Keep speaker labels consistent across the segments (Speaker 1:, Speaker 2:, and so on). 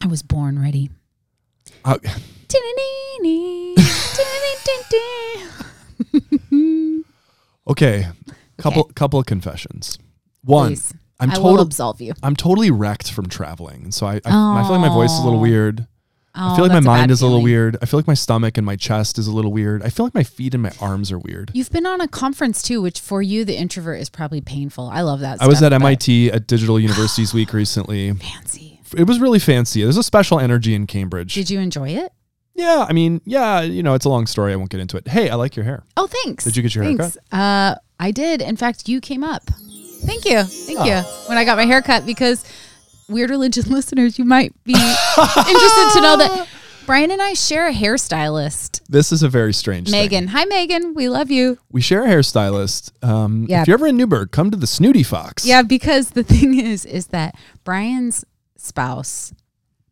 Speaker 1: I was born ready.
Speaker 2: Uh, okay, couple couple of confessions. One,
Speaker 1: Please.
Speaker 2: I'm
Speaker 1: I will
Speaker 2: total,
Speaker 1: absolve you.
Speaker 2: I'm totally wrecked from traveling, so I I, I feel like my voice is a little
Speaker 1: Oh.
Speaker 2: weird. I
Speaker 1: Oh,
Speaker 2: feel like my
Speaker 1: that's
Speaker 2: mind
Speaker 1: bad
Speaker 2: is a little
Speaker 1: feeling.
Speaker 2: weird. I feel like my stomach and my chest is a little weird. I feel like my feet and my arms are weird.
Speaker 1: You've been on a conference too, which for you, the introvert, is probably painful. I love that.
Speaker 2: I was
Speaker 1: stuff,
Speaker 2: at
Speaker 1: but
Speaker 2: MIT at Digital Universities Week recently.
Speaker 1: Fancy.
Speaker 2: It was really fancy. There's a special energy in Cambridge.
Speaker 1: Did you enjoy it?
Speaker 2: yeah, I mean, yeah, you know, it's a long story. I won't get into it. Hey, I like your hair.
Speaker 1: Oh, thanks.
Speaker 2: Did you get your hair
Speaker 1: thanks. Uh, I did. In fact, you came up. Thank you. Thank
Speaker 2: Ah.
Speaker 1: you. When I got my haircut, because weird religion listeners, you might be interested to know that Brian and I share a hairstylist,
Speaker 2: This is a very strange thing.
Speaker 1: Megan. Hi, Megan. We love you.
Speaker 2: We share a hairstylist. Um,
Speaker 1: Yeah.
Speaker 2: If you're ever in Newburgh, come to the Snooty Fox.
Speaker 1: Yeah, because the thing is, is that Brian's spouse,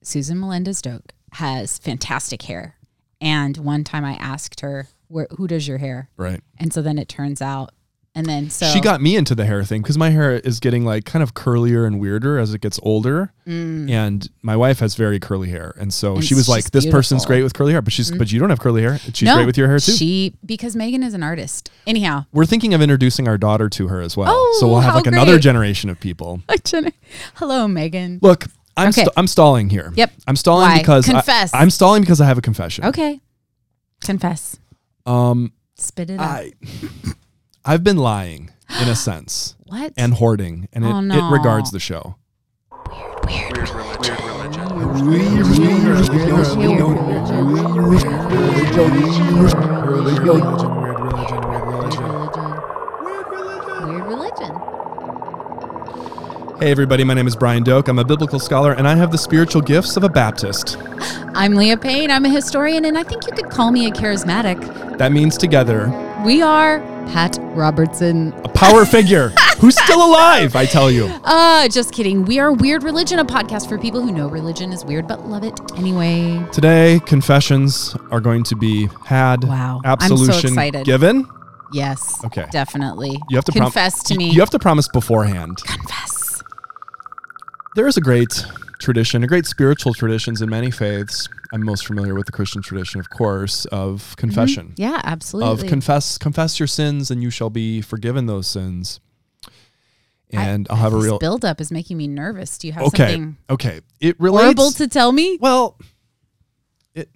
Speaker 1: Susan Melendez Doak, has fantastic hair. And one time I asked her, Where, who does your hair?
Speaker 2: Right.
Speaker 1: And so then it turns out, and then so
Speaker 2: She got me into the hair thing because my hair is getting like kind of curlier and weirder as it gets older. And my wife has very curly hair. And
Speaker 1: Mm.
Speaker 2: so
Speaker 1: And
Speaker 2: she was
Speaker 1: she's
Speaker 2: like, this person's
Speaker 1: beautiful. Mm-hmm.
Speaker 2: great with curly hair, but she's, but you don't have curly hair. And she's
Speaker 1: No,
Speaker 2: great with your hair too.
Speaker 1: She because Megan is an artist. Anyhow,
Speaker 2: We're thinking of introducing our daughter to her as well.
Speaker 1: Oh,
Speaker 2: so we'll have
Speaker 1: how
Speaker 2: like another
Speaker 1: great.
Speaker 2: generation of people.
Speaker 1: Hi, Jenna. hello Megan.
Speaker 2: Look, I'm,
Speaker 1: Okay.
Speaker 2: st- I'm stalling here.
Speaker 1: Yep.
Speaker 2: I'm stalling
Speaker 1: Why?
Speaker 2: because I-
Speaker 1: Confess.
Speaker 2: I'm stalling because I have a confession.
Speaker 1: Okay, confess,
Speaker 2: Um,
Speaker 1: spit it out.
Speaker 2: I, I've been lying in a sense
Speaker 1: What?
Speaker 2: and hoarding, and it,
Speaker 1: Oh,
Speaker 2: it
Speaker 1: no.
Speaker 2: regards the show.
Speaker 1: Weird religion.
Speaker 2: Hey, everybody, my name is Brian Doak. I'm a biblical scholar, and I have the spiritual gifts of a Baptist.
Speaker 1: I'm Leah Payne. I'm a historian, and I think you could call me a charismatic.
Speaker 2: That means together,
Speaker 1: We are Pat Robertson.
Speaker 2: a power figure who's still alive, I tell you.
Speaker 1: Uh, just kidding. We are Weird Religion, a podcast for people who know religion is weird but love it anyway.
Speaker 2: Today, confessions are going to be had.
Speaker 1: Wow, I'm so
Speaker 2: Absolution
Speaker 1: excited.
Speaker 2: given.
Speaker 1: Yes.
Speaker 2: Okay.
Speaker 1: Definitely.
Speaker 2: You have to prom-
Speaker 1: confess to
Speaker 2: y-
Speaker 1: me.
Speaker 2: You have to promise beforehand.
Speaker 1: confess.
Speaker 2: There is a great tradition, a great spiritual traditions in many faiths. I'm most familiar with the Christian tradition, of course,
Speaker 1: Mm-hmm.
Speaker 2: of confession.
Speaker 1: Yeah, absolutely.
Speaker 2: of confess confess your sins and you shall be forgiven those sins. And I, will have a
Speaker 1: this
Speaker 2: real
Speaker 1: buildup is making me nervous. Do you have
Speaker 2: okay,
Speaker 1: something
Speaker 2: okay. It
Speaker 1: horrible
Speaker 2: relates.
Speaker 1: to tell me?
Speaker 2: well, it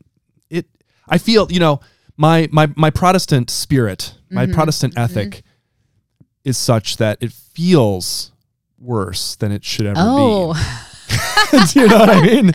Speaker 2: it. I feel you know my my my Protestant spirit, my
Speaker 1: Mm-hmm,
Speaker 2: Protestant ethic, is such that it feels worse than it should ever
Speaker 1: Oh,
Speaker 2: be. Do you know what I mean?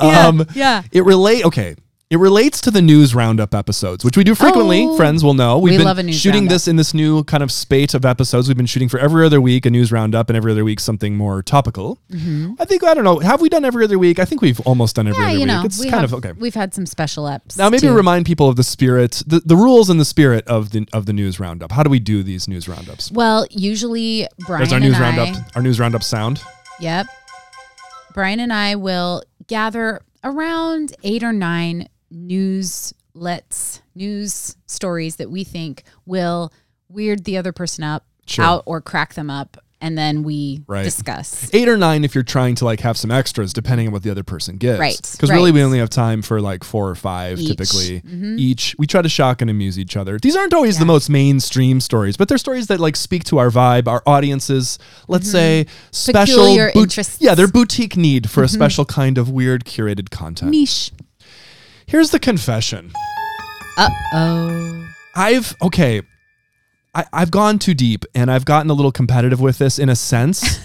Speaker 2: Um,
Speaker 1: yeah.
Speaker 2: it relate okay. It relates to the news roundup episodes, which we do frequently.
Speaker 1: Oh.
Speaker 2: Friends will know. We've
Speaker 1: We
Speaker 2: been
Speaker 1: love a news
Speaker 2: shooting
Speaker 1: roundup.
Speaker 2: this in this new kind of spate of episodes. We've been shooting for every other week a news roundup and every other week something more topical. I think I don't know. Have we done every other week? I think we've almost done
Speaker 1: Mm-hmm.
Speaker 2: every
Speaker 1: Yeah,
Speaker 2: other
Speaker 1: you
Speaker 2: week.
Speaker 1: know,
Speaker 2: it's
Speaker 1: we
Speaker 2: kind
Speaker 1: have,
Speaker 2: of okay.
Speaker 1: We've had some special eps.
Speaker 2: Now maybe
Speaker 1: too.
Speaker 2: remind people of the spirit, the, the rules and the spirit of the of the news roundup. How do we do these news roundups?
Speaker 1: Well, usually Brian
Speaker 2: There's our
Speaker 1: and
Speaker 2: news
Speaker 1: I.
Speaker 2: roundup. Our news roundup sound.
Speaker 1: Yep. Brian and I will gather around eight or nine newslets, news stories that we think will weird the other person up
Speaker 2: Sure.
Speaker 1: out or crack them up, and then we
Speaker 2: Right.
Speaker 1: discuss.
Speaker 2: eight or nine if you're trying to like have some extras depending on what the other person gives
Speaker 1: Right,
Speaker 2: because really
Speaker 1: right.
Speaker 2: we only have time for like four or five
Speaker 1: Each. Mm-hmm.
Speaker 2: typically each we try to shock and amuse each other these aren't always the most mainstream stories but they're stories that like speak to our vibe our audiences let's say special
Speaker 1: Mm-hmm. Peculiar interests. Mm-hmm.
Speaker 2: yeah they're boutique need for a special kind of weird curated content
Speaker 1: Niche.
Speaker 2: here's the confession
Speaker 1: Uh oh.
Speaker 2: I've okay. I, I've gone too deep and I've gotten a little competitive with this in a sense.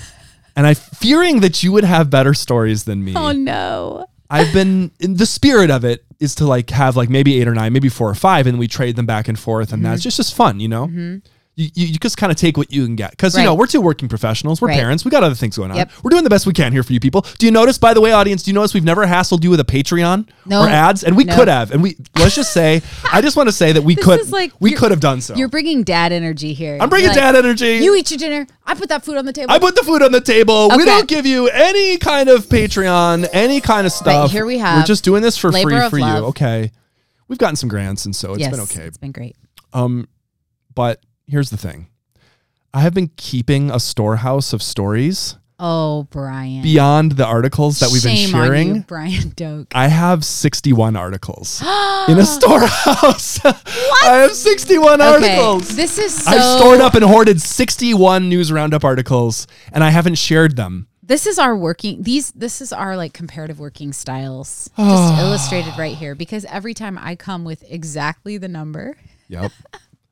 Speaker 2: and I fearing that you would have better stories than me.
Speaker 1: Oh no.
Speaker 2: I've been in the spirit of it is to like have like maybe eight or nine, maybe four or five, and we trade them back and forth, and
Speaker 1: Mm-hmm.
Speaker 2: that's just just fun, you know. You, you, you just kind of take what you can get because you know
Speaker 1: Right.
Speaker 2: we're two working professionals, we're
Speaker 1: Right.
Speaker 2: parents, we got other things going on.
Speaker 1: Yep.
Speaker 2: We're doing the best we can here for you people. Do you notice, by the way, audience? Do you notice we've never hassled you with a Patreon
Speaker 1: No.
Speaker 2: or ads, and we
Speaker 1: No.
Speaker 2: could have, and we let's just say, I just want to say that we
Speaker 1: This
Speaker 2: could
Speaker 1: is like
Speaker 2: we
Speaker 1: you're-
Speaker 2: could have done so.
Speaker 1: You're bringing dad energy here.
Speaker 2: I'm bringing
Speaker 1: You're like,
Speaker 2: dad energy.
Speaker 1: You eat your dinner. I put that food on the table.
Speaker 2: I put the food on the table. We
Speaker 1: Okay.
Speaker 2: don't give you any kind of Patreon, any kind of stuff.
Speaker 1: here we
Speaker 2: We're
Speaker 1: have
Speaker 2: just doing this for
Speaker 1: labor
Speaker 2: free
Speaker 1: of
Speaker 2: for
Speaker 1: love.
Speaker 2: you. Okay. We've gotten some grants, and so it's
Speaker 1: yes,
Speaker 2: been okay.
Speaker 1: It's been great.
Speaker 2: Um, but here's the thing I have been keeping a storehouse of stories
Speaker 1: Oh, Brian.
Speaker 2: Beyond the articles that we've
Speaker 1: Shame
Speaker 2: been sharing,
Speaker 1: on you, Brian Doak.
Speaker 2: I have 61 articles in a storehouse. I have 61 articles.
Speaker 1: Okay, this is so.
Speaker 2: I stored up and hoarded 61 news roundup articles and I haven't shared them.
Speaker 1: This is our working. These. This is our like comparative working styles, just
Speaker 2: Ah.
Speaker 1: illustrated right here. Because every time I come with exactly the number,
Speaker 2: Yep.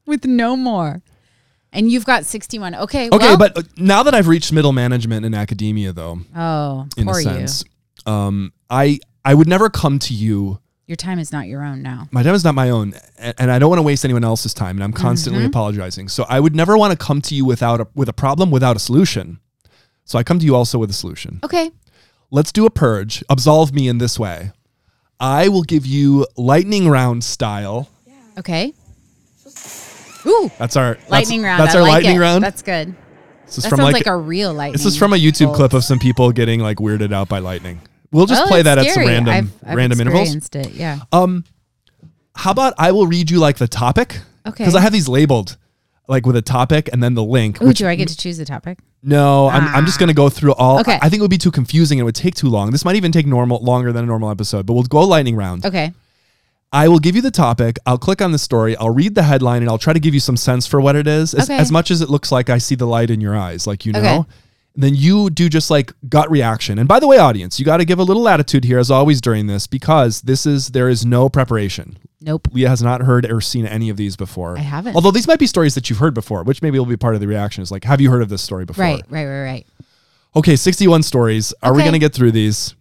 Speaker 1: with no more, and you've got sixty-one. Okay.
Speaker 2: Okay,
Speaker 1: well-
Speaker 2: but uh, now that I've reached middle management in academia though,
Speaker 1: oh,
Speaker 2: in
Speaker 1: poor
Speaker 2: a
Speaker 1: you.
Speaker 2: sense, um I I would never come to you
Speaker 1: Your time is not your own now.
Speaker 2: my time is not my own a- and I don't want to waste anyone else's time and I'm constantly
Speaker 1: Mm-hmm.
Speaker 2: apologizing. So I would never want to come to you without a, with a problem without a solution. So I come to you also with a solution.
Speaker 1: Okay.
Speaker 2: Let's do a purge. Absolve me in this way. I will give you lightning round style.
Speaker 1: Okay. Ooh,
Speaker 2: That's our that's-
Speaker 1: lightning round.
Speaker 2: That's
Speaker 1: I
Speaker 2: our
Speaker 1: like
Speaker 2: lightning
Speaker 1: it.
Speaker 2: round.
Speaker 1: That's good.
Speaker 2: this is
Speaker 1: That
Speaker 2: from
Speaker 1: sounds
Speaker 2: like,
Speaker 1: like, a real lightning.
Speaker 2: this is from a YouTube
Speaker 1: bolt.
Speaker 2: clip of some people getting like weirded out by lightning. We'll just
Speaker 1: Oh,
Speaker 2: play
Speaker 1: it's
Speaker 2: that at some
Speaker 1: scary.
Speaker 2: random
Speaker 1: I've- I've
Speaker 2: random intervals.
Speaker 1: experienced It, yeah.
Speaker 2: Um, how about I will read you like the topic?
Speaker 1: Okay.
Speaker 2: Because I have these labeled, like with a topic and then the link.
Speaker 1: Ooh,
Speaker 2: which-
Speaker 1: do I get to choose the topic?
Speaker 2: no, I'm, I'm just gonna go through all.
Speaker 1: Okay.
Speaker 2: I think it would be too confusing. It would take too long. This might even take normal longer than a normal episode. But we'll go lightning round.
Speaker 1: Okay.
Speaker 2: I will give you the topic. I'll click on the story. I'll read the headline and I'll try to give you some sense for what it is. As,
Speaker 1: Okay.
Speaker 2: as much as it looks like I see the light in your eyes, like you know.
Speaker 1: Okay.
Speaker 2: And then you do just like gut reaction. And by the way, audience, you got to give a little latitude here as always during this because this is there is no preparation.
Speaker 1: Nope.
Speaker 2: Leah has not heard or seen any of these before.
Speaker 1: I haven't.
Speaker 2: Although these might be stories that you've heard before, which maybe will be part of the reaction is like, have you heard of this story before?
Speaker 1: Right, right, right, right.
Speaker 2: Okay, 61 stories. Are we
Speaker 1: Okay.
Speaker 2: going to get through these?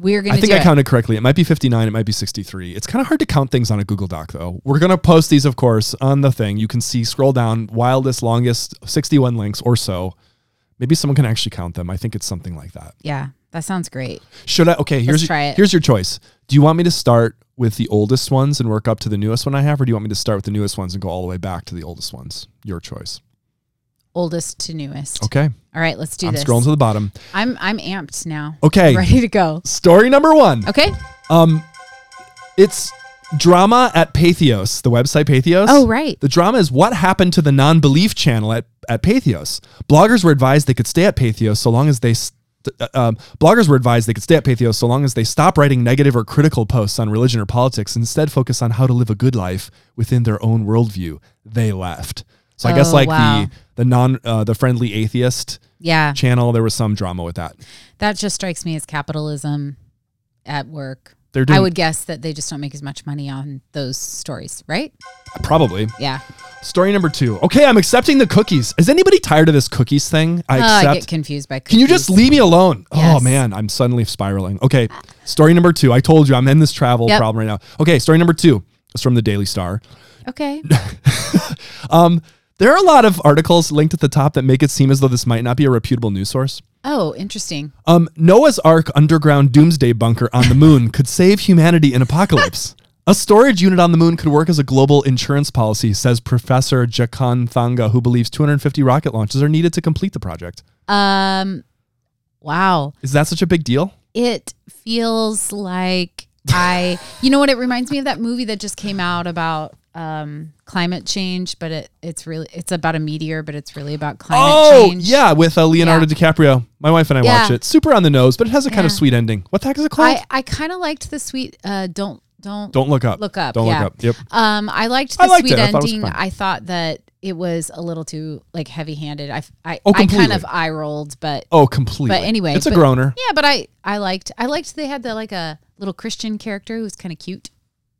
Speaker 1: We're gonna
Speaker 2: I think
Speaker 1: do
Speaker 2: I
Speaker 1: it.
Speaker 2: counted correctly. It might be 59, it might be 63. It's kind of hard to count things on a Google Doc, though. We're going to post these, of course, on the thing. You can see, scroll down, wildest, longest, 61 links or so. Maybe someone can actually count them. I think it's something like that.
Speaker 1: Yeah, that sounds great.
Speaker 2: Should I? Okay, here's,
Speaker 1: try it.
Speaker 2: here's your choice. Do you want me to start with the oldest ones and work up to the newest one I have, or do you want me to start with the newest ones and go all the way back to the oldest ones? Your choice.
Speaker 1: Oldest to newest.
Speaker 2: Okay,
Speaker 1: All right, let's do
Speaker 2: I'm
Speaker 1: this.
Speaker 2: scrolling to the bottom.
Speaker 1: I'm I'm amped now.
Speaker 2: Okay,
Speaker 1: Ready to go.
Speaker 2: story number one.
Speaker 1: Okay.
Speaker 2: Um, it's drama at Pathos, the website Pathos.
Speaker 1: Oh, right.
Speaker 2: The drama is what happened to the non-belief channel at at Pathos. Bloggers were advised they could stay at Pathos so long as they. St- uh, um, bloggers were advised they could stay at Pathos so long as they stop writing negative or critical posts on religion or politics. and Instead, focus on how to live a good life within their own worldview. They left. So I guess
Speaker 1: Oh,
Speaker 2: like
Speaker 1: wow.
Speaker 2: the the non uh, the friendly atheist
Speaker 1: Yeah.
Speaker 2: channel, there was some drama with that.
Speaker 1: That just strikes me as capitalism at work.
Speaker 2: They're doing
Speaker 1: I would guess that they just don't make as much money on those stories, right?
Speaker 2: probably
Speaker 1: Yeah.
Speaker 2: Story number two. Okay, I'm accepting the cookies. Is anybody tired of this cookies thing? I
Speaker 1: Oh,
Speaker 2: accept.
Speaker 1: I get confused by cookies.
Speaker 2: Can you just leave me alone? Oh
Speaker 1: Yes.
Speaker 2: man, I'm suddenly spiraling. Okay, story number two. I told you I'm in this travel
Speaker 1: Yep.
Speaker 2: problem right now. Okay, story number two is from the Daily Star.
Speaker 1: Okay.
Speaker 2: There are a lot of articles linked at the top that make it seem as though this might not be a reputable news source.
Speaker 1: Oh, interesting.
Speaker 2: Um, Noah's Ark underground doomsday bunker on the moon could save humanity in apocalypse. A storage unit on the moon could work as a global insurance policy, says Professor Jakan Thanga, who believes 250 rocket launches are needed to complete the project.
Speaker 1: Um wow.
Speaker 2: Is that such a big deal?
Speaker 1: it feels like I, you know what? It reminds me of that movie that just came out about um, climate change, but it, it's really, it's about a meteor, but it's really about climate change.
Speaker 2: yeah, with uh, Leonardo DiCaprio. My wife and I watch
Speaker 1: Yeah.
Speaker 2: it. Super on the nose, but it has a kind of
Speaker 1: Yeah.
Speaker 2: sweet ending. What the heck is it called?
Speaker 1: I, I kind of liked the sweet, uh, don't, don't,
Speaker 2: Don't look up.
Speaker 1: look up.
Speaker 2: Don't
Speaker 1: yeah.
Speaker 2: look up. Yep.
Speaker 1: Um, I liked the
Speaker 2: I liked
Speaker 1: sweet
Speaker 2: it. I thought it was
Speaker 1: ending.
Speaker 2: fun.
Speaker 1: I thought that it was a little too like heavy handed. I, I,
Speaker 2: Oh,
Speaker 1: I kind
Speaker 2: completely.
Speaker 1: of eye rolled, but
Speaker 2: Oh, completely.
Speaker 1: But anyway,
Speaker 2: it's a
Speaker 1: but-
Speaker 2: groaner.
Speaker 1: yeah, but I, I liked, I liked they had the, like a little Christian character who was kind of cute.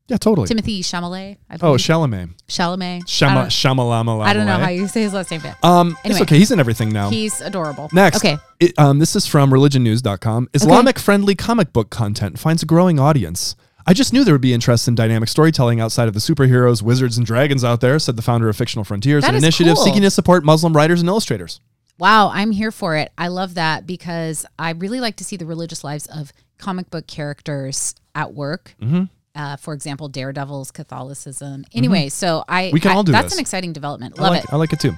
Speaker 2: Yeah, totally.
Speaker 1: Timothy Chalamet. I
Speaker 2: oh,
Speaker 1: believe.
Speaker 2: Chalamet.
Speaker 1: Chalamet. I
Speaker 2: Shama,
Speaker 1: don't-
Speaker 2: Shamalama.
Speaker 1: I don't know how you say his last name, but
Speaker 2: eh? Um, it's
Speaker 1: Anyway.
Speaker 2: okay. He's in everything now.
Speaker 1: he's adorable.
Speaker 2: Next.
Speaker 1: Okay.
Speaker 2: It- um, this is from religionnews.com. Islamic friendly comic book content finds a growing audience. I just knew there would be interest in dynamic storytelling outside of the superheroes, wizards, and dragons out there, said the founder of Fictional Frontiers,
Speaker 1: That
Speaker 2: an
Speaker 1: is
Speaker 2: initiative
Speaker 1: cool.
Speaker 2: seeking to support Muslim writers and illustrators.
Speaker 1: Wow, I'm here for it. I love that because I really like to see the religious lives of comic book characters at work.
Speaker 2: Mm-hmm.
Speaker 1: Uh, for example, Daredevil's Catholicism. Anyway, so I
Speaker 2: Mm-hmm. We can
Speaker 1: I-
Speaker 2: all do
Speaker 1: that's
Speaker 2: this.
Speaker 1: an exciting development.
Speaker 2: I
Speaker 1: Love
Speaker 2: like,
Speaker 1: it.
Speaker 2: I like it too.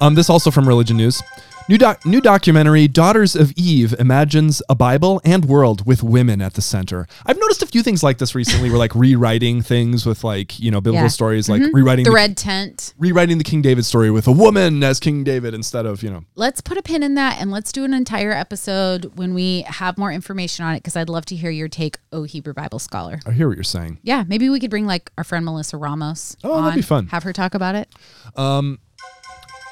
Speaker 2: Um, this also from Religion News. New, doc- new documentary, Daughters of Eve imagines a Bible and world with women at the center. I've noticed a few things like this recently. We're like rewriting things with like, you know, biblical
Speaker 1: Yeah. Mm-hmm.
Speaker 2: stories, like rewriting
Speaker 1: the
Speaker 2: the,
Speaker 1: red tent.
Speaker 2: rewriting the King David story with a woman as King David instead of, you know,
Speaker 1: Let's put a pin in that and let's do an entire episode when we have more information on it because I'd love to hear your take, oh Hebrew Bible scholar.
Speaker 2: I hear what you're saying.
Speaker 1: Yeah, maybe we could bring like our friend Melissa Ramos.
Speaker 2: Oh, that'd
Speaker 1: on,
Speaker 2: be fun.
Speaker 1: Have her talk about it.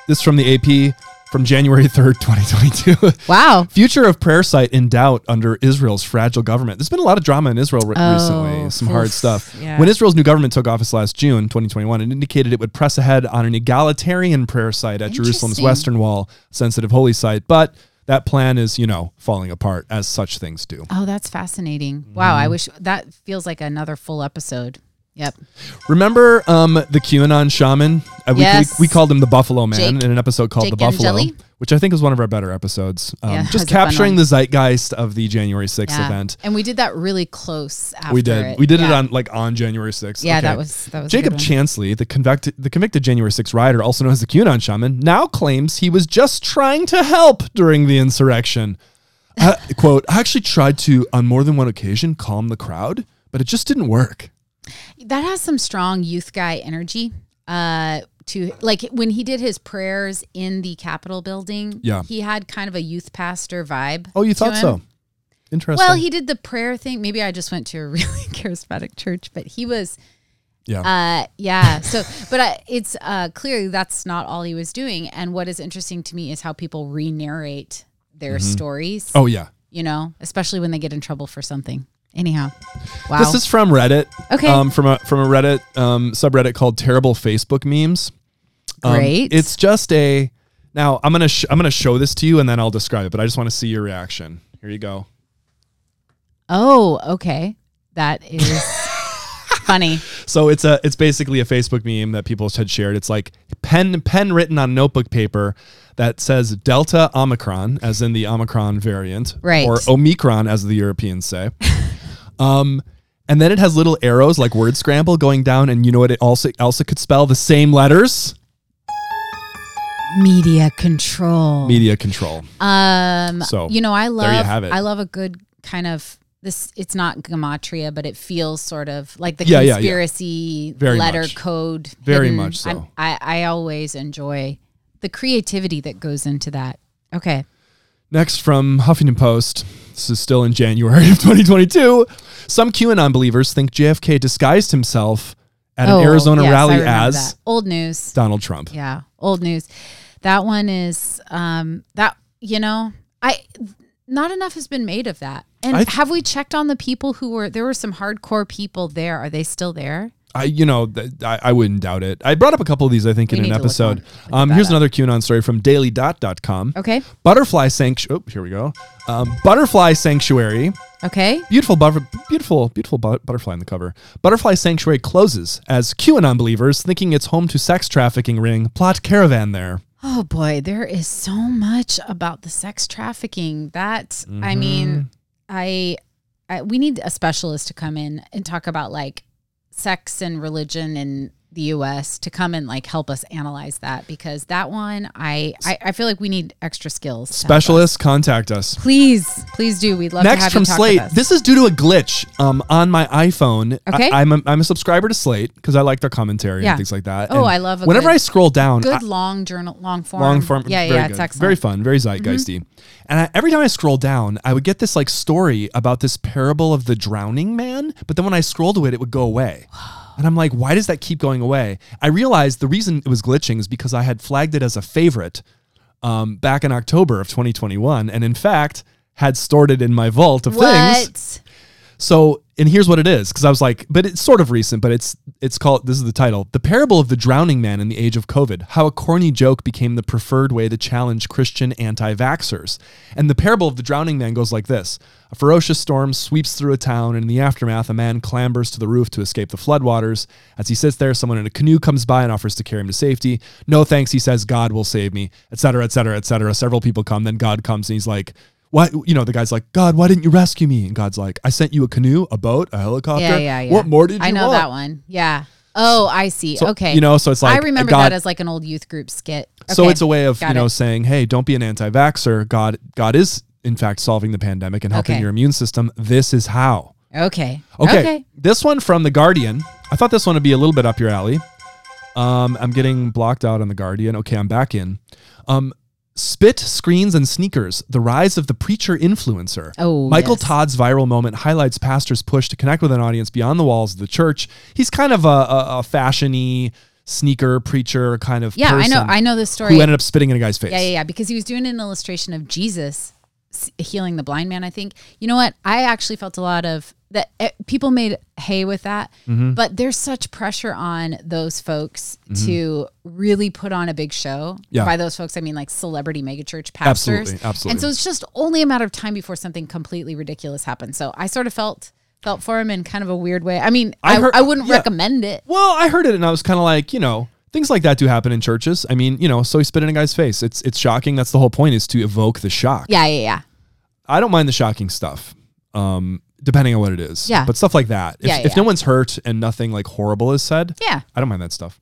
Speaker 2: This from the AP from January 3rd, 2022.
Speaker 1: Wow.
Speaker 2: Future of prayer site in doubt under Israel's fragile government. There's been a lot of drama in Israel re-
Speaker 1: Oh,
Speaker 2: recently, some hard
Speaker 1: oof,
Speaker 2: stuff.
Speaker 1: yeah.
Speaker 2: When Israel's new government took office last June 2021, it indicated it would press ahead on an egalitarian prayer site at Jerusalem's
Speaker 1: Interesting.
Speaker 2: Western Wall, sensitive holy site, but that plan is, you know, falling apart as such things do.
Speaker 1: Oh, that's fascinating. Wow.
Speaker 2: Mm-hmm.
Speaker 1: I wish that feels like another full episode. Yep.
Speaker 2: Remember um, the QAnon shaman? Uh, we,
Speaker 1: Yes.
Speaker 2: we, we called him the Buffalo Man
Speaker 1: Jake-
Speaker 2: in an episode called
Speaker 1: Jake
Speaker 2: The Buffalo,
Speaker 1: Angeli?
Speaker 2: which I think is one of our better episodes. Um,
Speaker 1: Yeah,
Speaker 2: just
Speaker 1: that's a fun
Speaker 2: capturing
Speaker 1: one.
Speaker 2: the zeitgeist of the January 6th
Speaker 1: Yeah.
Speaker 2: event.
Speaker 1: And we did that really close after
Speaker 2: we did.
Speaker 1: it.
Speaker 2: We did it
Speaker 1: Yeah.
Speaker 2: on like on January 6th.
Speaker 1: Yeah, that
Speaker 2: Okay.
Speaker 1: was that was a
Speaker 2: Jacob
Speaker 1: good one.
Speaker 2: Chansley, the convicted the convicted January 6th rioter, also known as the QAnon shaman, now claims he was just trying to help during the insurrection. Uh, quote, I actually tried to on more than one occasion calm the crowd, but it just didn't work.
Speaker 1: that has some strong youth guy energy uh to like when he did his prayers in the capitol building
Speaker 2: Yeah.
Speaker 1: he had kind of a youth pastor vibe
Speaker 2: Oh, you
Speaker 1: to
Speaker 2: thought
Speaker 1: him.
Speaker 2: so. Interesting.
Speaker 1: well he did the prayer thing maybe i just went to a really charismatic church but he was
Speaker 2: yeah.
Speaker 1: uh yeah so but uh, it's uh clearly that's not all he was doing and what is interesting to me is how people re-narrate their stories
Speaker 2: oh yeah.
Speaker 1: you know especially when they get in trouble for something anyhow wow
Speaker 2: This is from Reddit.
Speaker 1: Okay.
Speaker 2: Um, from a from a Reddit um, subreddit called Terrible Facebook Memes. Um,
Speaker 1: great
Speaker 2: It's just a. Now I'm gonna sh- I'm gonna show this to you and then I'll describe it, but I just want to see your reaction. Here you go.
Speaker 1: Oh, okay. That is funny.
Speaker 2: So it's a it's basically a Facebook meme that people had shared. It's like pen pen written on notebook paper that says Delta Omicron, as in the Omicron variant,
Speaker 1: Right.
Speaker 2: or Omicron, as the Europeans say. um, and then it has little arrows like word scramble going down, and you know what? It also also could spell the same letters.
Speaker 1: Media control.
Speaker 2: Media control.
Speaker 1: Um
Speaker 2: So,
Speaker 1: you know, I love
Speaker 2: have it.
Speaker 1: I love a good kind of this it's not gamatria, but it feels sort of like the
Speaker 2: Yeah, yeah, yeah.
Speaker 1: conspiracy
Speaker 2: Very
Speaker 1: letter
Speaker 2: much.
Speaker 1: code.
Speaker 2: Very
Speaker 1: hidden.
Speaker 2: much so.
Speaker 1: I'm- I, I always enjoy the creativity that goes into that. Okay.
Speaker 2: Next from Huffington Post. This is still in January of 2022. Some QAnon believers think JFK disguised himself at
Speaker 1: Oh,
Speaker 2: an Arizona
Speaker 1: yes, I
Speaker 2: rally
Speaker 1: remember
Speaker 2: as
Speaker 1: that. old news.
Speaker 2: Donald Trump.
Speaker 1: Yeah, old news. That one is um that you know, I not enough has been made of that. And
Speaker 2: I-
Speaker 1: have we checked on the people who were there were some hardcore people there. Are they still there?
Speaker 2: I, you know, th- I, I wouldn't doubt it. I brought up a couple of these, I think,
Speaker 1: We
Speaker 2: in
Speaker 1: need
Speaker 2: an
Speaker 1: to look
Speaker 2: episode.
Speaker 1: on- look
Speaker 2: Um,
Speaker 1: that
Speaker 2: here's
Speaker 1: up.
Speaker 2: another QAnon story from dailydot.com.
Speaker 1: Okay.
Speaker 2: Butterfly sanctuary. Oh, here we go. Um, butterfly sanctuary.
Speaker 1: Okay.
Speaker 2: Beautiful, buffer- beautiful, beautiful bu- butterfly in the cover. Butterfly sanctuary closes as QAnon believers, thinking it's home to sex trafficking ring, plot caravan there.
Speaker 1: Oh boy, there is so much about the sex trafficking. That I
Speaker 2: Mm-hmm.
Speaker 1: mean, I, I we need a specialist to come in and talk about like sex and religion in the US to come and like help us analyze that because that one I I, I feel like we need extra skills. to help us.
Speaker 2: Specialists, contact us.
Speaker 1: Please, please do. We'd love to
Speaker 2: Next
Speaker 1: have
Speaker 2: from
Speaker 1: you talk
Speaker 2: Slate.
Speaker 1: With us.
Speaker 2: This is due to a glitch um, on my iPhone.
Speaker 1: Okay.
Speaker 2: I, am a, I'm a subscriber to Slate because I like their commentary
Speaker 1: Yeah.
Speaker 2: and things like that.
Speaker 1: Oh,
Speaker 2: And
Speaker 1: I love a
Speaker 2: whenever
Speaker 1: good-
Speaker 2: I scroll down, I-
Speaker 1: good long journal, long form.
Speaker 2: long form.
Speaker 1: Yeah, yeah,
Speaker 2: very
Speaker 1: yeah, Mm-hmm.
Speaker 2: good.
Speaker 1: it's excellent.
Speaker 2: Very fun, very zeitgeisty. And I, every time I scroll down, I would get this like story about this parable of the drowning man. But then when I scrolled to it, it would go away. And I'm like, why does that keep going away? I realized the reason it was glitching is because I had flagged it as a favorite um, back in October of 2021, and in fact had stored it in my vault of things.
Speaker 1: What?
Speaker 2: So, and here's what it is, because I was like, but it's sort of recent, but it's it's called this is the title. The parable of the drowning man in the age of COVID, how a corny joke became the preferred way to challenge Christian anti-vaxxers. And the parable of the drowning man goes like this. A ferocious storm sweeps through a town, and in the aftermath, a man clambers to the roof to escape the floodwaters. As he sits there, someone in a canoe comes by and offers to carry him to safety. No thanks, he says, God will save me, etc., etc., etc. Several people come, then God comes and he's like, why you know the guy's like god why didn't you rescue me and god's like i sent you a canoe a boat a helicopter
Speaker 1: Yeah, yeah, yeah.
Speaker 2: what more did you
Speaker 1: I know
Speaker 2: want
Speaker 1: that one. Yeah. Oh, I see.
Speaker 2: So,
Speaker 1: okay.
Speaker 2: You know, so it's like
Speaker 1: I remember
Speaker 2: God,
Speaker 1: that as like an old youth group skit.
Speaker 2: So
Speaker 1: Okay.
Speaker 2: it's a way of
Speaker 1: Got
Speaker 2: you know
Speaker 1: it.
Speaker 2: saying, hey, don't be an anti-vaxxer. God, God is in fact solving the pandemic and helping
Speaker 1: Okay.
Speaker 2: your immune system. This is how.
Speaker 1: okay.
Speaker 2: Okay. This one from The Guardian. I thought this one would be a little bit up your alley. Um, I'm getting blocked out on The Guardian. Okay, I'm back in. Um, Spit, screens, and sneakers. The rise of the preacher influencer.
Speaker 1: Oh,
Speaker 2: Michael
Speaker 1: yes.
Speaker 2: Todd's viral moment highlights pastor's push to connect with an audience beyond the walls of the church. He's kind of a, a, a fashiony sneaker preacher kind of
Speaker 1: Yeah, I know.
Speaker 2: person
Speaker 1: I know this story.
Speaker 2: who ended up spitting in a guy's face.
Speaker 1: Yeah, yeah, yeah. Because he was doing an illustration of Jesus s- healing the blind man. I think you know what I actually felt a lot of that. eh, People made hay with that,
Speaker 2: Mm-hmm.
Speaker 1: but there's such pressure on those folks to really put on a big show.
Speaker 2: Yeah.
Speaker 1: By those folks, I mean like celebrity megachurch pastors.
Speaker 2: Absolutely, absolutely.
Speaker 1: And so it's just only a matter of time before something completely ridiculous happens. So I sort of felt felt for him in kind of a weird way. I mean,
Speaker 2: I
Speaker 1: I,
Speaker 2: heard-
Speaker 1: I wouldn't
Speaker 2: yeah.
Speaker 1: recommend it.
Speaker 2: Well, I heard it and I was kind of like, you know, things like that do happen in churches. I mean, you know, so he spit in a guy's face. It's it's shocking. That's the whole point is to evoke the shock.
Speaker 1: Yeah, yeah, yeah.
Speaker 2: I don't mind the shocking stuff, um, depending on what it is.
Speaker 1: Yeah.
Speaker 2: But stuff like that. If,
Speaker 1: Yeah,
Speaker 2: if
Speaker 1: yeah.
Speaker 2: no one's hurt and nothing like horrible is said,
Speaker 1: Yeah.
Speaker 2: I don't mind that stuff.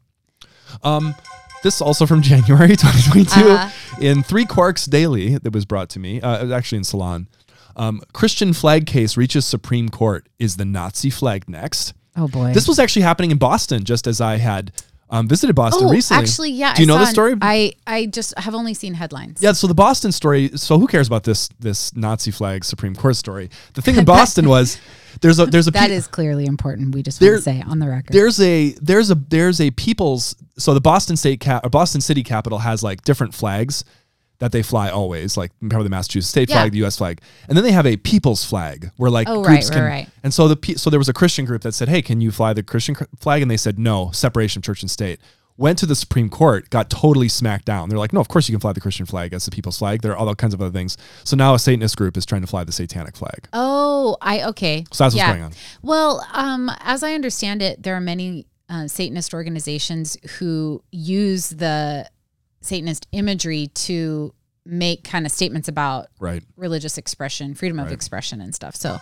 Speaker 2: Um, this also from January 2022
Speaker 1: Uh-huh.
Speaker 2: in Three Quarks Daily that was brought to me, uh, it was actually in Salon. Um, Christian flag case reaches Supreme Court. Is the Nazi flag next?
Speaker 1: Oh boy.
Speaker 2: This was actually happening in Boston, just as I had um, visited Boston
Speaker 1: Oh,
Speaker 2: recently.
Speaker 1: actually, yeah.
Speaker 2: Do you
Speaker 1: I
Speaker 2: know
Speaker 1: saw
Speaker 2: the
Speaker 1: an-
Speaker 2: story?
Speaker 1: I I just have only seen headlines.
Speaker 2: yeah. So the Boston story. So who cares about this this Nazi flag Supreme Court story? The thing in Boston was there's a there's a
Speaker 1: That
Speaker 2: pe-
Speaker 1: is clearly important. We just
Speaker 2: There-
Speaker 1: want to say on the record.
Speaker 2: there's a there's a there's a people's so the Boston state cap or Boston city capital has like different flags that they fly always like probably the Massachusetts state
Speaker 1: Yeah.
Speaker 2: flag the U.S. flag and then they have a people's flag where like
Speaker 1: Oh, right,
Speaker 2: groups
Speaker 1: right,
Speaker 2: can
Speaker 1: right.
Speaker 2: and so the pe- so there was a Christian group that said hey can you fly the Christian cr- flag and they said no separation of church and state went to the Supreme Court got totally smacked down they're like no of course you can fly the Christian flag that's the people's flag there are all kinds of other things so now a Satanist group is trying to fly the satanic flag
Speaker 1: Oh, I okay.
Speaker 2: So that's what's going on.
Speaker 1: Well, um, as I understand it, there are many uh, Satanist organizations who use the Satanist imagery to make kind of statements about
Speaker 2: right
Speaker 1: religious expression, freedom of expression, and stuff. So,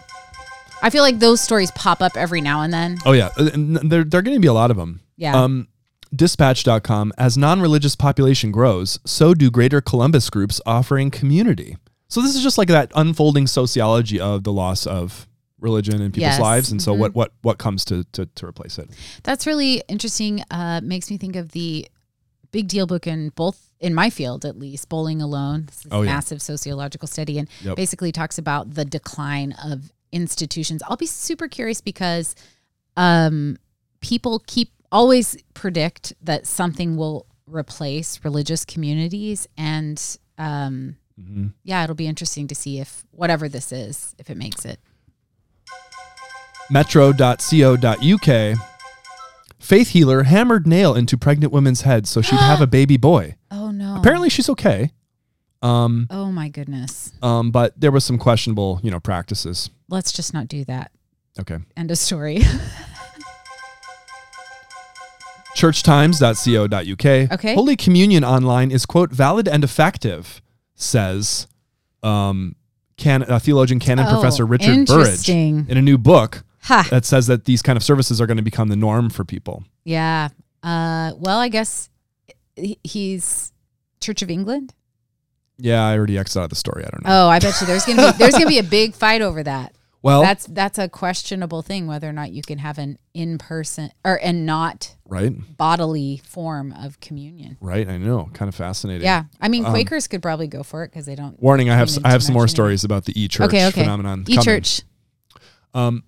Speaker 1: I feel like those stories pop up every now and then.
Speaker 2: Oh yeah, And there there are going to be a lot of them.
Speaker 1: Yeah.
Speaker 2: Um, dispatch.com as non-religious population grows, so do greater Columbus groups offering community. So this is just like that unfolding sociology of the loss of religion in people's
Speaker 1: Yes. Mm-hmm.
Speaker 2: lives and so what what what comes to to, to replace it.
Speaker 1: That's really interesting. Uh, makes me think of the big deal book in both in my field, at least, Bowling Alone. This is
Speaker 2: Oh,
Speaker 1: a
Speaker 2: yeah.
Speaker 1: massive sociological study, and
Speaker 2: Yep.
Speaker 1: basically talks about the decline of institutions. I'll be super curious because um, people keep always predict that something will replace religious communities, and um,
Speaker 2: Mhm.
Speaker 1: yeah, it'll be interesting to see if whatever this is, if it makes it.
Speaker 2: metro.co.uk Faith healer hammered nail into pregnant woman's head so she'd have a baby boy.
Speaker 1: Oh no!
Speaker 2: Apparently she's okay. Um
Speaker 1: oh my goodness.
Speaker 2: um but there was some questionable, you know, practices.
Speaker 1: Let's just not do that.
Speaker 2: Okay.
Speaker 1: End of story.
Speaker 2: churchtimes.co.uk.
Speaker 1: Okay.
Speaker 2: Holy Communion online is quote valid and effective, says um, can, uh, theologian canon
Speaker 1: Oh,
Speaker 2: professor Richard Burridge
Speaker 1: interesting.
Speaker 2: in a new book
Speaker 1: Ha.
Speaker 2: that says that these kind of services are going to become the norm for people.
Speaker 1: Yeah. Uh, well, I guess he- he's Church of England.
Speaker 2: Yeah, I already X'd out of the story. I don't know.
Speaker 1: Oh, I bet you there's gonna be there's gonna be a big fight over that.
Speaker 2: well,
Speaker 1: That's that's a questionable thing whether or not you can have an in person or and not
Speaker 2: right,
Speaker 1: bodily form of communion.
Speaker 2: right. I know. Kind of fascinating.
Speaker 1: Yeah, I mean
Speaker 2: Um,
Speaker 1: Quakers could probably go for it because they don't.
Speaker 2: Warning: I have
Speaker 1: Didn't
Speaker 2: I have some more
Speaker 1: mention
Speaker 2: stories about the e-church
Speaker 1: okay, okay.
Speaker 2: phenomenon.
Speaker 1: E
Speaker 2: coming.
Speaker 1: church.
Speaker 2: Um,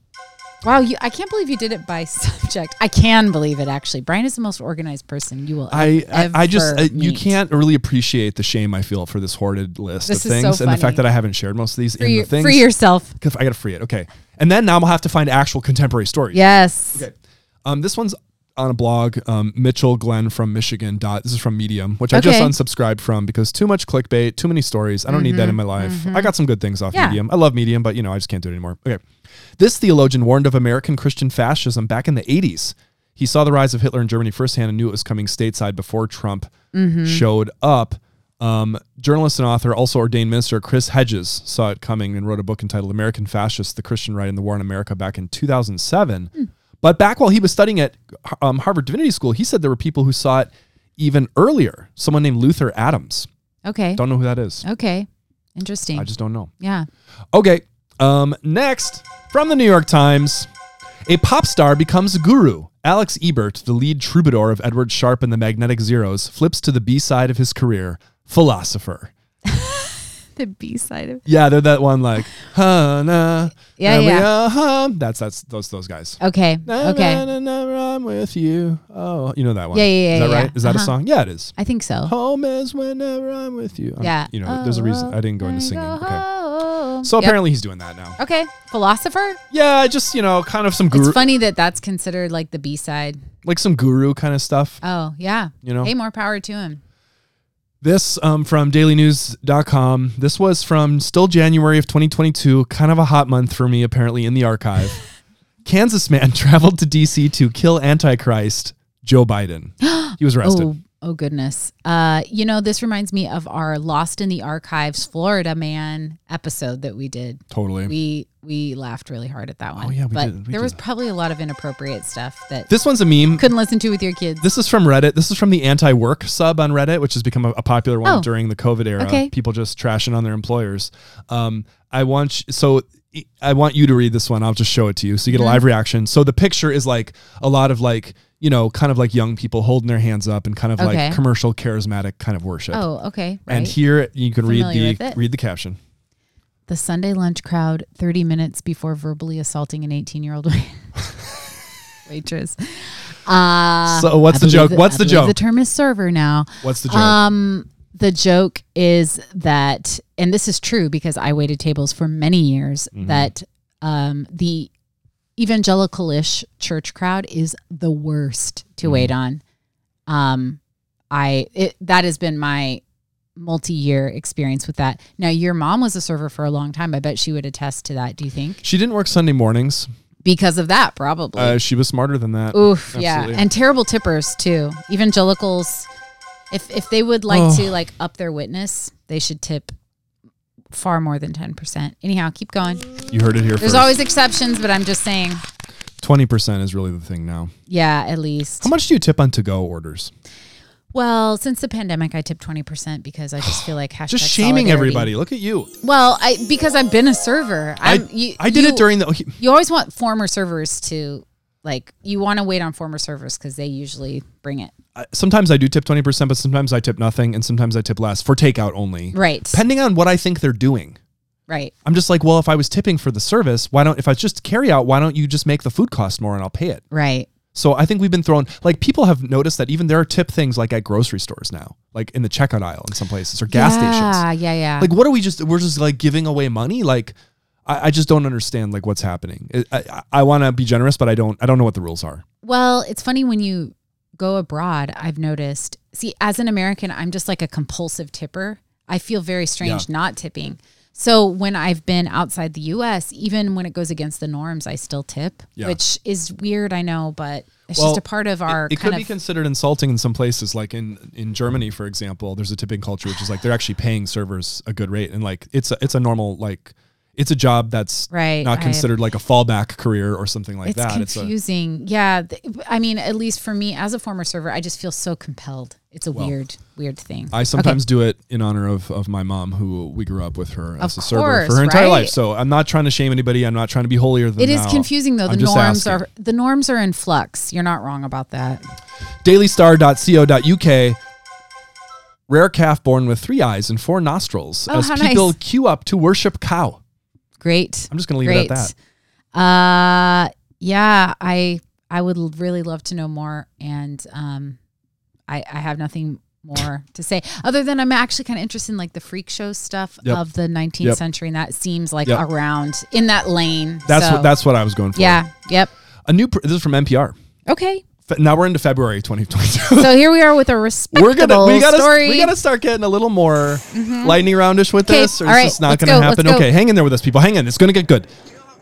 Speaker 1: Wow, you, I can't believe you did it by subject. I can believe it actually. Brian is the most organized person you will.
Speaker 2: I, I, I just
Speaker 1: ever
Speaker 2: uh, you
Speaker 1: meet.
Speaker 2: can't really appreciate the shame I feel for this hoarded list
Speaker 1: This
Speaker 2: of
Speaker 1: is so
Speaker 2: things and the
Speaker 1: funny.
Speaker 2: fact that I haven't shared most of these in
Speaker 1: free,
Speaker 2: the things.
Speaker 1: free yourself.
Speaker 2: 'Cause I gotta free it. Okay, and then now we'll have to find actual contemporary stories.
Speaker 1: Yes.
Speaker 2: Okay. Um, this one's on a blog. Um, Mitchell Glenn from Michigan. Dot. This is from Medium, which I just
Speaker 1: Okay.
Speaker 2: unsubscribed from because too much clickbait, too many stories. I don't need that in my life. I got some good things off
Speaker 1: Mm-hmm. Yeah.
Speaker 2: Medium. I love Medium, but you know I just can't do it anymore. Okay. This theologian warned of American Christian fascism back in the '80s. He saw the rise of Hitler in Germany firsthand and knew it was coming stateside before Trump
Speaker 1: Mm-hmm.
Speaker 2: showed up. Um, journalist and author, also ordained minister Chris Hedges, saw
Speaker 1: Hmm.
Speaker 2: it coming and wrote a book entitled American Fascists, the Christian Right and the War on America back in 2007. But back while he was studying at um, Harvard Divinity School, he said there were people who saw it even earlier. Someone named Luther Adams.
Speaker 1: Okay.
Speaker 2: Don't know who that is.
Speaker 1: Okay. Interesting.
Speaker 2: I just don't know.
Speaker 1: yeah.
Speaker 2: Okay. Um, next, from the New York Times, a pop star becomes a guru. Alex Ebert, the lead troubadour of Edward Sharpe and the Magnetic Zeros, flips to the B side of his career, philosopher.
Speaker 1: The B side of
Speaker 2: Yeah, they're that one like, huh, nah,
Speaker 1: Yeah,
Speaker 2: nah, we
Speaker 1: yeah.
Speaker 2: are, huh. That's that's those those guys.
Speaker 1: Okay.
Speaker 2: Nah,
Speaker 1: okay.
Speaker 2: nah, nah, nah, I'm with you. Oh, you know that one.
Speaker 1: Yeah, yeah,
Speaker 2: Is
Speaker 1: yeah,
Speaker 2: that
Speaker 1: yeah.
Speaker 2: right? Is that a
Speaker 1: Uh-huh.
Speaker 2: song? Yeah, it is.
Speaker 1: I think so.
Speaker 2: Home is whenever I'm with you. I'm-
Speaker 1: Yeah.
Speaker 2: um,
Speaker 1: Oh,
Speaker 2: you know, there's a reason I didn't go into singing. Okay. So
Speaker 1: apparently.
Speaker 2: apparently he's doing that now.
Speaker 1: Okay. Philosopher?
Speaker 2: Yeah, just you know, kind of some
Speaker 1: It's
Speaker 2: guru,
Speaker 1: funny that that's considered like the B side.
Speaker 2: like some guru kind of stuff.
Speaker 1: Oh, yeah.
Speaker 2: You know?
Speaker 1: Hey, more power to him.
Speaker 2: This um, from dailynews.com. This was from still January of 2022, kind of a hot month for me, apparently, in the archive. Kansas man traveled to D.C. to kill Antichrist Joe Biden. He was arrested.
Speaker 1: Oh, oh goodness. Uh, you know, this reminds me of our Lost in the Archives Florida Man episode that we did.
Speaker 2: totally.
Speaker 1: We we laughed really hard at that one.
Speaker 2: Oh, yeah, we
Speaker 1: but
Speaker 2: did- we
Speaker 1: there
Speaker 2: did
Speaker 1: was
Speaker 2: that.
Speaker 1: probably a lot of inappropriate stuff that
Speaker 2: this one's a meme.
Speaker 1: couldn't listen to with your kids.
Speaker 2: This is from Reddit. This is from the anti-work sub on Reddit, which has become a, a popular one
Speaker 1: Oh.
Speaker 2: during the COVID era.
Speaker 1: Okay.
Speaker 2: People just trashing on their employers. Um, I want sh- so e, I want you to read this one. I'll just show it to you so you get a live reaction. So the picture is like a lot of like you know kind of like young people holding their hands up and kind of
Speaker 1: Okay.
Speaker 2: like commercial charismatic kind of worship.
Speaker 1: oh, okay. Right.
Speaker 2: And here you can
Speaker 1: Familiar
Speaker 2: read
Speaker 1: with it.
Speaker 2: the read the caption.
Speaker 1: the Sunday lunch crowd 30 minutes before verbally assaulting an 18 year old waitress. Uh,
Speaker 2: So what's
Speaker 1: I
Speaker 2: the
Speaker 1: believe
Speaker 2: joke? What's
Speaker 1: I
Speaker 2: the
Speaker 1: believe
Speaker 2: joke?
Speaker 1: The term is server now.
Speaker 2: What's the joke?
Speaker 1: Um, the joke is that, and this is true because I waited tables for many years,
Speaker 2: Mm-hmm.
Speaker 1: that um, the evangelical-ish church crowd is the worst to
Speaker 2: Mm-hmm.
Speaker 1: wait on. Um, I it, that has been my multi-year experience with that. Now, your mom was a server for a long time. I bet she would attest to that. Do you think
Speaker 2: she didn't work Sunday mornings.
Speaker 1: because of that? Probably.
Speaker 2: Uh, she was smarter than that.
Speaker 1: Oof,
Speaker 2: Absolutely.
Speaker 1: yeah, and terrible tippers too. Evangelicals, if if they would like
Speaker 2: Oh.
Speaker 1: to like up their witness, they should tip far more than ten percent. Anyhow, keep going.
Speaker 2: You heard it here
Speaker 1: There's
Speaker 2: first.
Speaker 1: always exceptions, but I'm just saying.
Speaker 2: Twenty percent is really the thing now.
Speaker 1: Yeah, at least.
Speaker 2: How much do you tip on to-go orders?
Speaker 1: Well, since the pandemic, I tip twenty percent because I just feel like hashtag
Speaker 2: just shaming
Speaker 1: solidarity.
Speaker 2: everybody. Look at you.
Speaker 1: Well, I because I've been a server.
Speaker 2: I,
Speaker 1: I'm, you,
Speaker 2: I did
Speaker 1: you-
Speaker 2: it during the. okay,
Speaker 1: You always want former servers to like. You want to wait on former servers because they usually bring it.
Speaker 2: I- Sometimes I do tip twenty percent, but sometimes I tip nothing, and sometimes I tip less for takeout only.
Speaker 1: Right.
Speaker 2: Depending on what I think they're doing,
Speaker 1: right.
Speaker 2: I'm just like, well, if I was tipping for the service, why don't? If I just carry out, why don't you just make the food cost more and I'll pay it?
Speaker 1: Right.
Speaker 2: So I think we've been thrown like people have noticed that even there are tip things like at grocery stores now, like in the checkout aisle in some places or gas stations.
Speaker 1: Yeah, yeah, yeah.
Speaker 2: Like, what are we just? We're just like giving away money. Like, I, I just don't understand like what's happening. I I, I want to be generous, but I don't. I don't know what the rules are.
Speaker 1: Well, it's funny when you go abroad, I've noticed. See, as an American, I'm just like a compulsive tipper. I feel very strange not tipping. So when I've been outside the US, even when it goes against the norms, I still tip,
Speaker 2: Yeah.
Speaker 1: which is weird, I know, but it's
Speaker 2: Well,
Speaker 1: just a part of our
Speaker 2: it could
Speaker 1: kind
Speaker 2: be
Speaker 1: of
Speaker 2: considered insulting in some places like in in germany for example there's a tipping culture which is like they're actually paying servers a good rate and like it's a, it's a normal like it's a job that's
Speaker 1: Right,
Speaker 2: not
Speaker 1: I-
Speaker 2: considered like a fallback career or something like
Speaker 1: it's
Speaker 2: that it's
Speaker 1: confusing. yeah, th- I mean, at least for me as a former server, I just feel so compelled. It's a weird weird thing.
Speaker 2: a i sometimes do it in honor of of my mom who we grew up with her as a server
Speaker 1: course,
Speaker 2: for her entire
Speaker 1: right?
Speaker 2: life so i'm not trying to shame anybody i'm not trying to be holier than
Speaker 1: It is
Speaker 2: thou.
Speaker 1: confusing though. The
Speaker 2: I'm just
Speaker 1: norms
Speaker 2: asking.
Speaker 1: are the norms are in flux. You're not wrong about that.
Speaker 2: dailystar.co.uk rare calf born with three eyes and four nostrils
Speaker 1: Oh,
Speaker 2: as
Speaker 1: how
Speaker 2: people
Speaker 1: nice.
Speaker 2: queue up to worship cow
Speaker 1: Great.
Speaker 2: i'm just gonna leave it at that
Speaker 1: Uh, yeah, I I would l- really love to know more, and um, I I have nothing more to say other than I'm actually kind of interested in like the freak show stuff
Speaker 2: Yep.
Speaker 1: of the 19th
Speaker 2: Yep.
Speaker 1: century, and that seems like
Speaker 2: Yep.
Speaker 1: around in that lane.
Speaker 2: That's
Speaker 1: So,
Speaker 2: what that's what I was going for.
Speaker 1: Yeah. Yep.
Speaker 2: A new pr- this is from NPR.
Speaker 1: Okay.
Speaker 2: Fe- Now we're into February 2022.
Speaker 1: So here we are with a respectable
Speaker 2: we're gonna we gotta
Speaker 1: story.
Speaker 2: we gotta start getting a little more lightning roundish with
Speaker 1: 'Kay,
Speaker 2: this, or
Speaker 1: all
Speaker 2: it's
Speaker 1: right,
Speaker 2: just not
Speaker 1: let's
Speaker 2: gonna
Speaker 1: go,
Speaker 2: happen.
Speaker 1: let's go.
Speaker 2: Okay, hang in there with us, people. Hang in. It's gonna get good.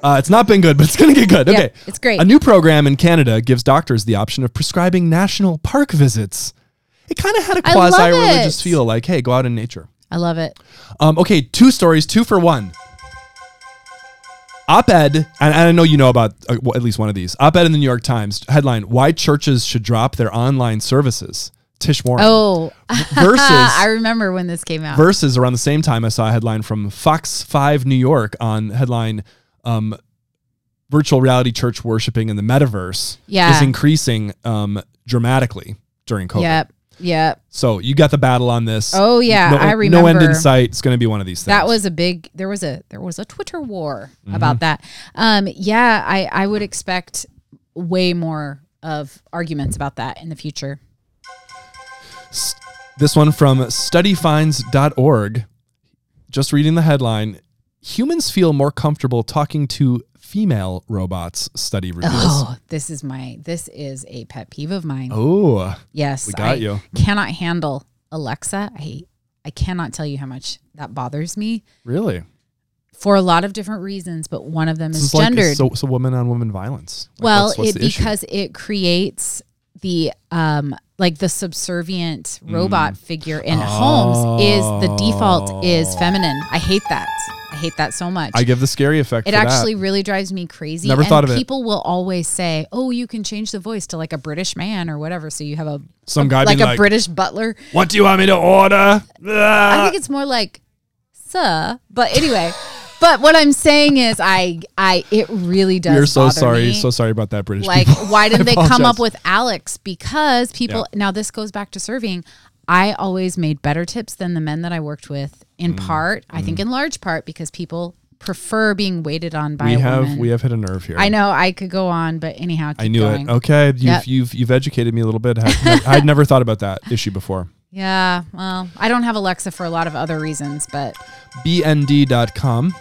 Speaker 2: Uh, it's not been good, but it's gonna get good.
Speaker 1: Yeah,
Speaker 2: Okay,
Speaker 1: it's great.
Speaker 2: A new program in Canada gives doctors the option of prescribing national park visits. It kind of had a
Speaker 1: I love
Speaker 2: quasi-religious
Speaker 1: it.
Speaker 2: feel, like, hey, go out in nature.
Speaker 1: I love it.
Speaker 2: Um, okay, two stories, two for one. Op Ed, and, and I know you know about uh, well, at least one of these. Op Ed in the New York Times headline Why Churches Should Drop Their Online Services. Tish Warren.
Speaker 1: Oh,
Speaker 2: Versus-
Speaker 1: I remember when this came out.
Speaker 2: Versus around the same time, I saw a headline from Fox 5 New York on headline um, Virtual Reality Church Worshiping in the Metaverse
Speaker 1: Yeah.
Speaker 2: is increasing um, dramatically during COVID.
Speaker 1: Yep. Yep.
Speaker 2: So you got the battle on this.
Speaker 1: Oh, yeah,
Speaker 2: No-
Speaker 1: I
Speaker 2: No end in
Speaker 1: remember.
Speaker 2: sight. It's going to be one of these things.
Speaker 1: That was a big. There was a there was a Twitter war
Speaker 2: Mm-hmm.
Speaker 1: about that. Um, yeah, I I would expect way more of arguments about that in the future.
Speaker 2: S- This one from studyfinds.org. Just reading the headline Humans feel more comfortable talking to female robots, study reveals. Oh,
Speaker 1: Oh, this is my this is a pet peeve of mine. yes,
Speaker 2: we got
Speaker 1: I
Speaker 2: you.
Speaker 1: Cannot handle Alexa. I I cannot tell you how much that bothers me
Speaker 2: really?
Speaker 1: for a lot of different reasons, but one of them
Speaker 2: This
Speaker 1: is
Speaker 2: is like
Speaker 1: gendered.
Speaker 2: so, so woman on woman violence. Like,
Speaker 1: well,
Speaker 2: what's- what's
Speaker 1: it
Speaker 2: the issue?
Speaker 1: because it creates the um like the subservient
Speaker 2: Mm.
Speaker 1: robot figure in homes is the default is feminine. I hate that. I hate that so much.
Speaker 2: I give the scary effect.
Speaker 1: it
Speaker 2: for that.
Speaker 1: actually really drives me crazy.
Speaker 2: Never
Speaker 1: and
Speaker 2: thought of it.
Speaker 1: People will always say, "Oh, you can change the voice to like a British man or whatever." So you have a
Speaker 2: some guy
Speaker 1: like
Speaker 2: being
Speaker 1: a
Speaker 2: like,
Speaker 1: British butler.
Speaker 2: "What do you want me to order?"
Speaker 1: I
Speaker 2: uh,
Speaker 1: think it's more like sir. But anyway, but what I'm saying is I I it really does.
Speaker 2: We're so
Speaker 1: bother
Speaker 2: sorry,
Speaker 1: me.
Speaker 2: so sorry about that, British
Speaker 1: like
Speaker 2: people.
Speaker 1: why
Speaker 2: I
Speaker 1: didn't they come
Speaker 2: apologize.
Speaker 1: up with Alex? Because people now this goes back to surveying. I always made better tips than the men that I worked with
Speaker 2: Mm.
Speaker 1: in part, I think in large part because people prefer being waited on by
Speaker 2: We
Speaker 1: a
Speaker 2: have
Speaker 1: woman.
Speaker 2: we have hit a nerve here.
Speaker 1: I know I could go on, but anyhow, keep
Speaker 2: I knew
Speaker 1: going.
Speaker 2: it. Okay, you've,
Speaker 1: Yep.
Speaker 2: you've you've educated me a little bit. I'd, I'd never thought about that issue before.
Speaker 1: Yeah, well, I don't have Alexa for a lot of other reasons, but
Speaker 2: BND.com.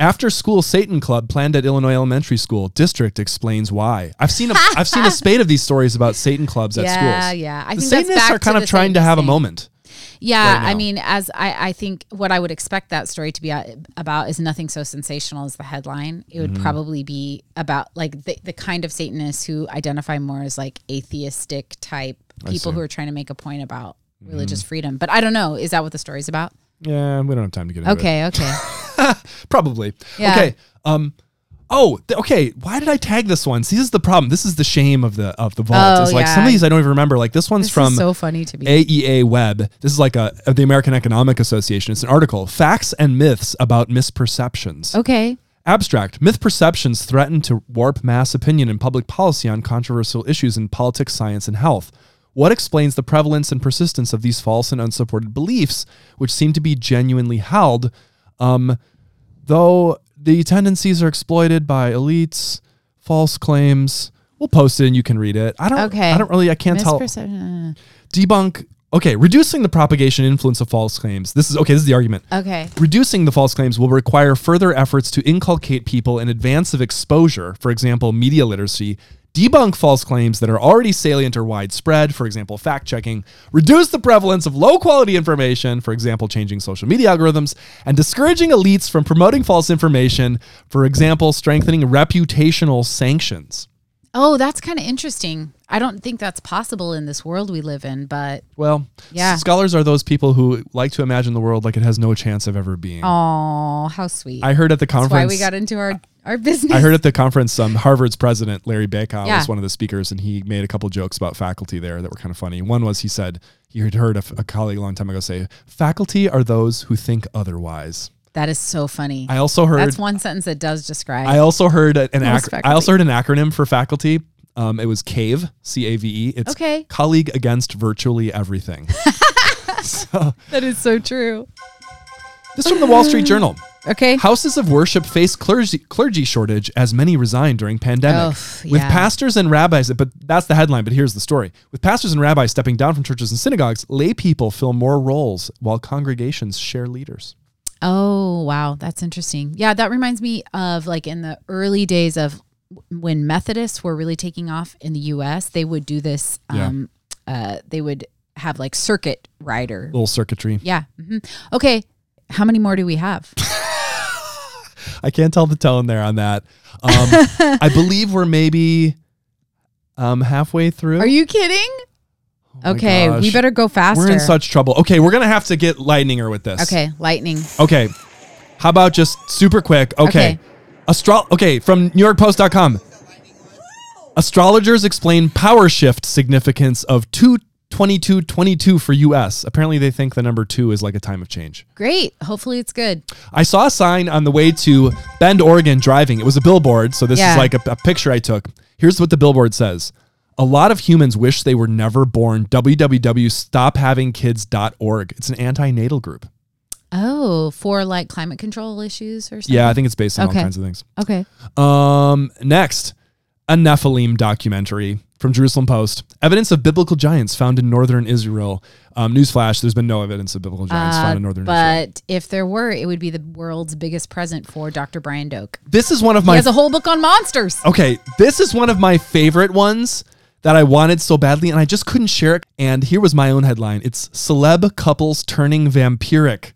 Speaker 2: After school Satan Club planned at Illinois Elementary School. District explains why. I've seen a, I've seen a spate of these stories about Satan clubs at
Speaker 1: yeah,
Speaker 2: schools.
Speaker 1: yeah. I
Speaker 2: The
Speaker 1: think that's
Speaker 2: Satanists
Speaker 1: back
Speaker 2: are kind
Speaker 1: to
Speaker 2: of
Speaker 1: the
Speaker 2: trying to have a
Speaker 1: Satanist thing.
Speaker 2: moment.
Speaker 1: Yeah,
Speaker 2: right
Speaker 1: I
Speaker 2: now.
Speaker 1: mean, as I, I think what I would expect that story to be a- about is nothing so sensational as the headline. It would
Speaker 2: Mm-hmm.
Speaker 1: probably be about like the, the kind of Satanists who identify more as like atheistic type people
Speaker 2: see. Mm-hmm.
Speaker 1: who are trying to make a point about religious freedom. But I don't know. Is that what the story's about?
Speaker 2: Yeah, we don't have time to get into it.
Speaker 1: Okay, okay.
Speaker 2: Probably.
Speaker 1: Yeah.
Speaker 2: Okay. Um. Oh. th- okay. Why did I tag this one? See, this is the problem. This is the shame of the of the vault.
Speaker 1: Oh,
Speaker 2: it's like
Speaker 1: yeah.
Speaker 2: some of these I don't even remember. Like this one's
Speaker 1: This
Speaker 2: from
Speaker 1: is so funny to me.
Speaker 2: AEA Web. This is like a of the American Economic Association. It's an article: facts and myths about misperceptions.
Speaker 1: okay.
Speaker 2: Abstract: myth perceptions threaten to warp mass opinion and public policy on controversial issues in politics, science, and health. What explains the prevalence and persistence of these false and unsupported beliefs, which seem to be genuinely held? Um, though the tendencies are exploited by elites, false claims. We'll post it and you can read it. I don't.
Speaker 1: Okay.
Speaker 2: I don't really. I can't tell
Speaker 1: Misperception.
Speaker 2: debunk okay reducing the propagation and influence of false claims this is okay this is the argument
Speaker 1: Okay.
Speaker 2: reducing the false claims will require further efforts to inculcate people in advance of exposure for example media literacy debunk false claims that are already salient or widespread for example fact checking reduce the prevalence of low quality information for example changing social media algorithms and discouraging elites from promoting false information for example strengthening reputational sanctions
Speaker 1: Oh, that's kind of interesting. I don't think that's possible in this world we live in, but
Speaker 2: well
Speaker 1: Yeah.
Speaker 2: scholars are those people who like to imagine the world like it has no chance of ever being
Speaker 1: oh, how sweet.
Speaker 2: I heard at the
Speaker 1: that's why
Speaker 2: conference.
Speaker 1: we got into our, our business.
Speaker 2: I heard at the conference. Um, Harvard's president Larry Bacow
Speaker 1: Yeah.
Speaker 2: was one of the speakers, and he made a couple jokes about faculty there that were kind of funny. One was he said he had heard a, f- a colleague a long time ago say, "Faculty are those who think otherwise."
Speaker 1: That is so funny.
Speaker 2: I also heard.
Speaker 1: That's one sentence that does describe.
Speaker 2: I also heard an.
Speaker 1: Most
Speaker 2: Ac- I
Speaker 1: faculty.
Speaker 2: also heard an acronym for faculty. Um, it was CAVE, C A V E. It's
Speaker 1: Okay.
Speaker 2: colleague against virtually everything.
Speaker 1: that is so true.
Speaker 2: this from the Wall Street Journal.
Speaker 1: Okay.
Speaker 2: Houses of worship face clergy, clergy shortage as many resign during pandemic.
Speaker 1: Oof,
Speaker 2: With
Speaker 1: yeah.
Speaker 2: pastors and rabbis, but that's the headline, but here's the story. With pastors and rabbis stepping down from churches and synagogues, lay people fill more roles while congregations share leaders.
Speaker 1: Oh, wow. That's interesting. Yeah, that reminds me of like in the early days of when Methodists were really taking off in the US, they would do this
Speaker 2: Yeah.
Speaker 1: um uh they would have like circuit rider.
Speaker 2: Little circuitry.
Speaker 1: Yeah. hmm Okay. How many more do we have?
Speaker 2: I can't tell the tone there on that. Um, I believe we're maybe um, halfway through.
Speaker 1: Are you kidding?
Speaker 2: Oh my
Speaker 1: okay, we
Speaker 2: gosh.
Speaker 1: better go faster.
Speaker 2: we're in such trouble. Okay, we're going to have to get lightninger with this.
Speaker 1: okay, lightning.
Speaker 2: Okay. How about just super quick? Okay.
Speaker 1: Okay.
Speaker 2: Astro- okay, from NewYorkPost.com. Astrologers explain power shift significance of 22222 for US. Apparently, they think the number two is like a time of change.
Speaker 1: Great. Hopefully it's good.
Speaker 2: I saw a sign on the way to Bend, Oregon driving. It was a billboard. So this
Speaker 1: Yeah.
Speaker 2: is like a, a picture I took. Here's what the billboard says. A lot of humans wish they were never born. www.stophavingkids.org. It's an anti-natal group.
Speaker 1: Oh, for like climate control issues or something.
Speaker 2: Yeah, I think it's based on
Speaker 1: Okay.
Speaker 2: all kinds of things.
Speaker 1: Okay.
Speaker 2: Um, next, a Nephilim documentary from Jerusalem Post. Evidence of biblical giants found in northern Israel. Um, newsflash: There's been no evidence of biblical giants
Speaker 1: Uh,
Speaker 2: found in northern Israel.
Speaker 1: but if there were, it would be the world's biggest present for Dr. Brian Doak.
Speaker 2: This is one of
Speaker 1: He
Speaker 2: my
Speaker 1: has a whole book on monsters.
Speaker 2: okay. This is one of my favorite ones that I wanted so badly, and I just couldn't share it. And here was my own headline: It's celeb couples turning vampiric.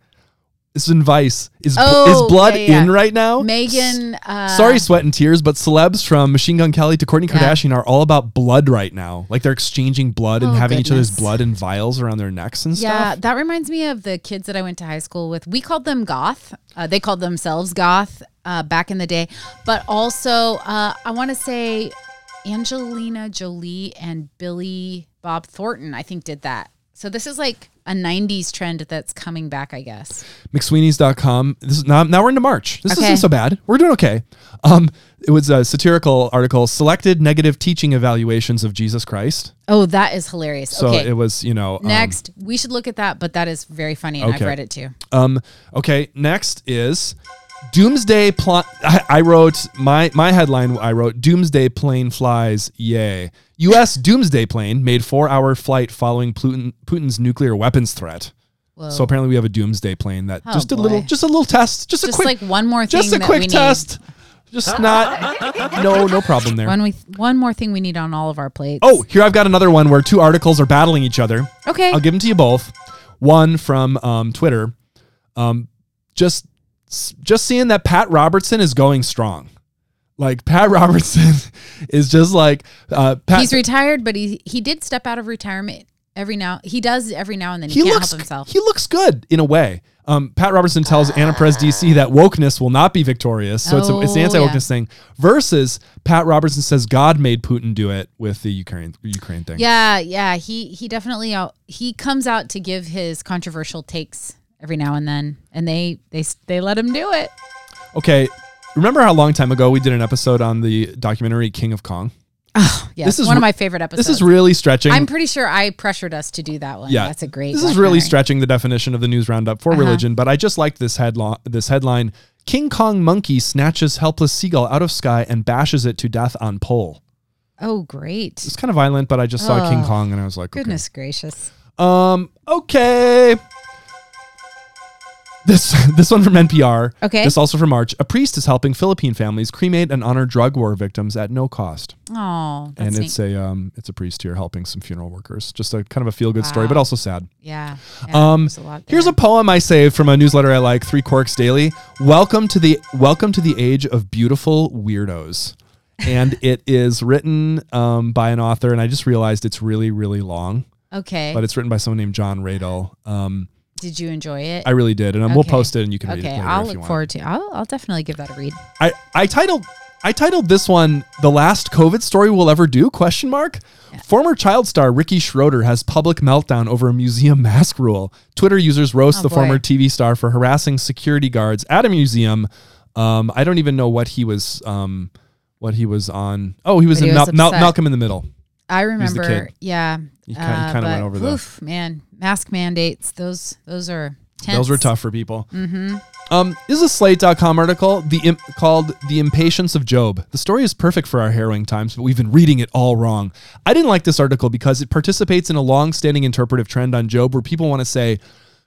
Speaker 2: This is in Vice. Is
Speaker 1: Oh,
Speaker 2: is blood
Speaker 1: yeah, yeah,
Speaker 2: in
Speaker 1: yeah.
Speaker 2: right now?
Speaker 1: Megan. Uh,
Speaker 2: Sorry, sweat and tears, but celebs from Machine Gun Kelly to Kourtney Kardashian are all about blood right now. Like they're exchanging blood and
Speaker 1: Oh,
Speaker 2: having each other's
Speaker 1: goodness.
Speaker 2: blood and vials around their necks and
Speaker 1: Yeah,
Speaker 2: stuff.
Speaker 1: that reminds me of the kids that I went to high school with. We called them goth. Uh, they called themselves goth uh, back in the day. But also, uh, I want to say Angelina Jolie and Billy Bob Thornton, I think, did that. So this is like a 90s trend that's coming back, I guess.
Speaker 2: McSweeney's.com. This is now, now we're into March. This
Speaker 1: Okay.
Speaker 2: isn't so bad. We're doing okay. Um, it was a satirical article, selected negative teaching evaluations of Jesus Christ.
Speaker 1: Oh, that is hilarious.
Speaker 2: So
Speaker 1: okay.
Speaker 2: it was, you know, um,
Speaker 1: Next, we should look at that, but that is very funny, and
Speaker 2: Okay.
Speaker 1: I've read it too.
Speaker 2: Um, okay, next is Doomsday plot. I, I wrote my my headline. I wrote Doomsday plane flies. Yay! U.S. Doomsday plane made four hour flight following Putin, Putin's nuclear weapons threat.
Speaker 1: Whoa.
Speaker 2: So apparently we have a Doomsday plane that
Speaker 1: Oh,
Speaker 2: just a
Speaker 1: boy.
Speaker 2: little, just a little test, just, a
Speaker 1: Just
Speaker 2: quick,
Speaker 1: like one more thing
Speaker 2: just a
Speaker 1: that we
Speaker 2: quick
Speaker 1: need.
Speaker 2: test. Just not, no, no problem there.
Speaker 1: One, we, one more thing we need on all of our plates.
Speaker 2: Oh, here I've got another one where two articles are battling each other.
Speaker 1: okay.
Speaker 2: I'll give them to you both. One from um, Twitter. Um, just just seeing that Pat Robertson is going strong. Like Pat Robertson is just like uh, Pat.
Speaker 1: He's retired, but he he did step out of retirement every now. He does every now and then. He,
Speaker 2: he
Speaker 1: can't
Speaker 2: looks
Speaker 1: help himself.
Speaker 2: he looks good in a way. Um, Pat Robertson tells Anna Perez DC that wokeness will not be victorious, so it's a, it's an
Speaker 1: Oh,
Speaker 2: anti wokeness
Speaker 1: yeah.
Speaker 2: thing. Versus Pat Robertson says God made Putin do it with the Ukraine Ukraine thing.
Speaker 1: yeah, yeah. He he definitely out. He comes out to give his controversial takes every now and then, and they they s- they let him do it.
Speaker 2: Okay, remember how long time ago we did an episode on the documentary King of Kong?
Speaker 1: Yeah,
Speaker 2: This
Speaker 1: this
Speaker 2: is
Speaker 1: is one
Speaker 2: re-
Speaker 1: of my favorite episodes.
Speaker 2: This is really stretching.
Speaker 1: I'm pretty sure I pressured us to do that one.
Speaker 2: Yeah.
Speaker 1: that's a great. Uh-huh.
Speaker 2: This is really
Speaker 1: documentary.
Speaker 2: stretching the definition of the news roundup for religion, but I just liked this headline. This headline: King Kong monkey snatches helpless seagull out of sky and bashes it to death on pole.
Speaker 1: Oh, great!
Speaker 2: It's kind of violent, but I just saw King Kong and I was like, okay.
Speaker 1: Oh, Goodness gracious!
Speaker 2: Um, okay. This this one from NPR.
Speaker 1: Okay.
Speaker 2: This also from March. A priest is helping Philippine families cremate and honor drug war victims at no cost.
Speaker 1: Oh, that's
Speaker 2: and
Speaker 1: neat.
Speaker 2: it's a um it's a priest here helping some funeral workers. Just a kind of a feel good story,
Speaker 1: Wow.
Speaker 2: but also sad.
Speaker 1: yeah.
Speaker 2: Um, Here's a poem I saved from a newsletter I like, Three Corks Daily. Welcome to the Welcome to the Age of Beautiful Weirdos, and it is written um, by an author, and I just realized it's really really long,
Speaker 1: a okay.
Speaker 2: but it's written by someone named John Radel. Um,
Speaker 1: Did you enjoy it?
Speaker 2: I really did, and um, we'll
Speaker 1: Okay.
Speaker 2: post it, and you can read it
Speaker 1: okay,
Speaker 2: later
Speaker 1: I'll
Speaker 2: if
Speaker 1: look
Speaker 2: you want.
Speaker 1: forward to. I'll I'll definitely give that a read.
Speaker 2: I I titled I titled this one "The Last COVID Story We'll Ever Do?" Question mark. Former child star Ricky Schroeder has public meltdown over a museum mask rule. Twitter users roast
Speaker 1: Oh,
Speaker 2: the
Speaker 1: boy.
Speaker 2: former TV star for harassing security guards at a museum. Um, I don't even know what he was um, what he was on. Oh, he was
Speaker 1: But
Speaker 2: in
Speaker 1: he was
Speaker 2: Mal- Mal-
Speaker 1: upset.
Speaker 2: Malcolm in the Middle.
Speaker 1: I
Speaker 2: the
Speaker 1: remember,
Speaker 2: kid.
Speaker 1: yeah. uh,
Speaker 2: He ki- he kinda went
Speaker 1: but
Speaker 2: over the-
Speaker 1: oof, man, mask mandates. Those those are tense.
Speaker 2: Those were tough for people. Mm-hmm. Um, this is a Slate.com article the imp- called The Impatience of Job. The story is perfect for our harrowing times, but we've been reading it all wrong. I didn't like this article because it participates in a long standing interpretive trend on Job where people want to say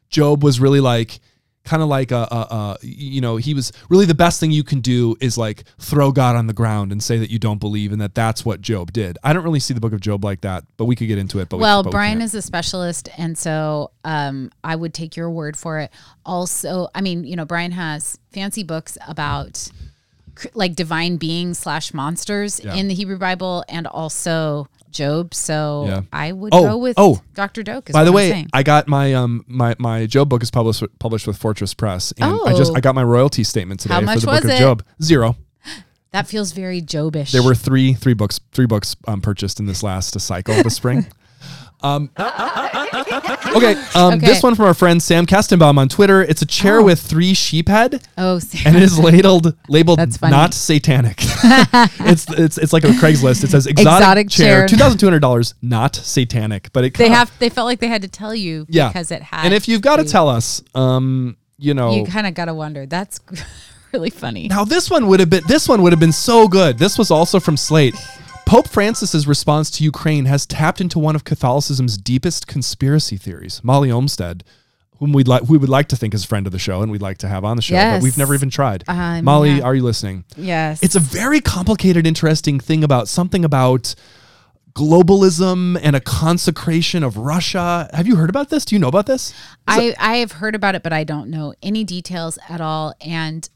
Speaker 2: Job was really like, kind of like a, a, a, you know, he was really the best thing you can do is like throw God on the ground and say that you don't believe and that that's what Job did. I don't really see the book of Job like that, but we could get into it. But
Speaker 1: Well,
Speaker 2: we, but
Speaker 1: Brian
Speaker 2: we
Speaker 1: is a specialist, and so um, I would take your word for it. Also, I mean, you know, Brian has fancy books about cr- like divine beings slash monsters
Speaker 2: Yeah.
Speaker 1: in the Hebrew Bible, and also Job. So
Speaker 2: Yeah.
Speaker 1: I would
Speaker 2: Oh,
Speaker 1: go with
Speaker 2: oh.
Speaker 1: Doctor Doak. Is
Speaker 2: By
Speaker 1: what
Speaker 2: the
Speaker 1: I'm
Speaker 2: way,
Speaker 1: saying.
Speaker 2: I got my um my my Job book is published published with Fortress Press, and I just
Speaker 1: Oh.
Speaker 2: I got my royalty statement today
Speaker 1: How much
Speaker 2: for the
Speaker 1: was
Speaker 2: book of
Speaker 1: it?
Speaker 2: Job zero.
Speaker 1: That feels very Jobish.
Speaker 2: There were three three books three books um, purchased in this last cycle this spring. Um, okay, um,
Speaker 1: Okay.
Speaker 2: this one from our friend Sam Kastenbaum on Twitter. It's a chair with three sheep head,
Speaker 1: oh,
Speaker 2: and it is labeled labeled
Speaker 1: That's funny.
Speaker 2: not satanic. it's it's it's like a Craigslist. It says exotic,
Speaker 1: Exotic
Speaker 2: chair,
Speaker 1: chair.
Speaker 2: two thousand two hundred dollars, not satanic. But it
Speaker 1: they
Speaker 2: kinda-
Speaker 1: have. They felt like they had to tell you
Speaker 2: yeah
Speaker 1: because it had.
Speaker 2: And if you've got to
Speaker 1: be.
Speaker 2: tell us, um, you know,
Speaker 1: you kind of gotta wonder. That's really funny.
Speaker 2: Now this one would have been this one would have been so good. This was also from Slate. Pope Francis's response to Ukraine has tapped into one of Catholicism's deepest conspiracy theories. Molly Olmsted, whom we'd like we would like to think is a friend of the show and we'd like to have on the show, but we've
Speaker 1: Yes.
Speaker 2: never even tried.
Speaker 1: Um,
Speaker 2: Molly,
Speaker 1: yeah.
Speaker 2: are you listening?
Speaker 1: Yes,
Speaker 2: It's a very complicated, interesting thing about something about globalism and a consecration of Russia. Have you heard about this? Do you know about this?
Speaker 1: I, I have heard about it, but I don't know any details at all. And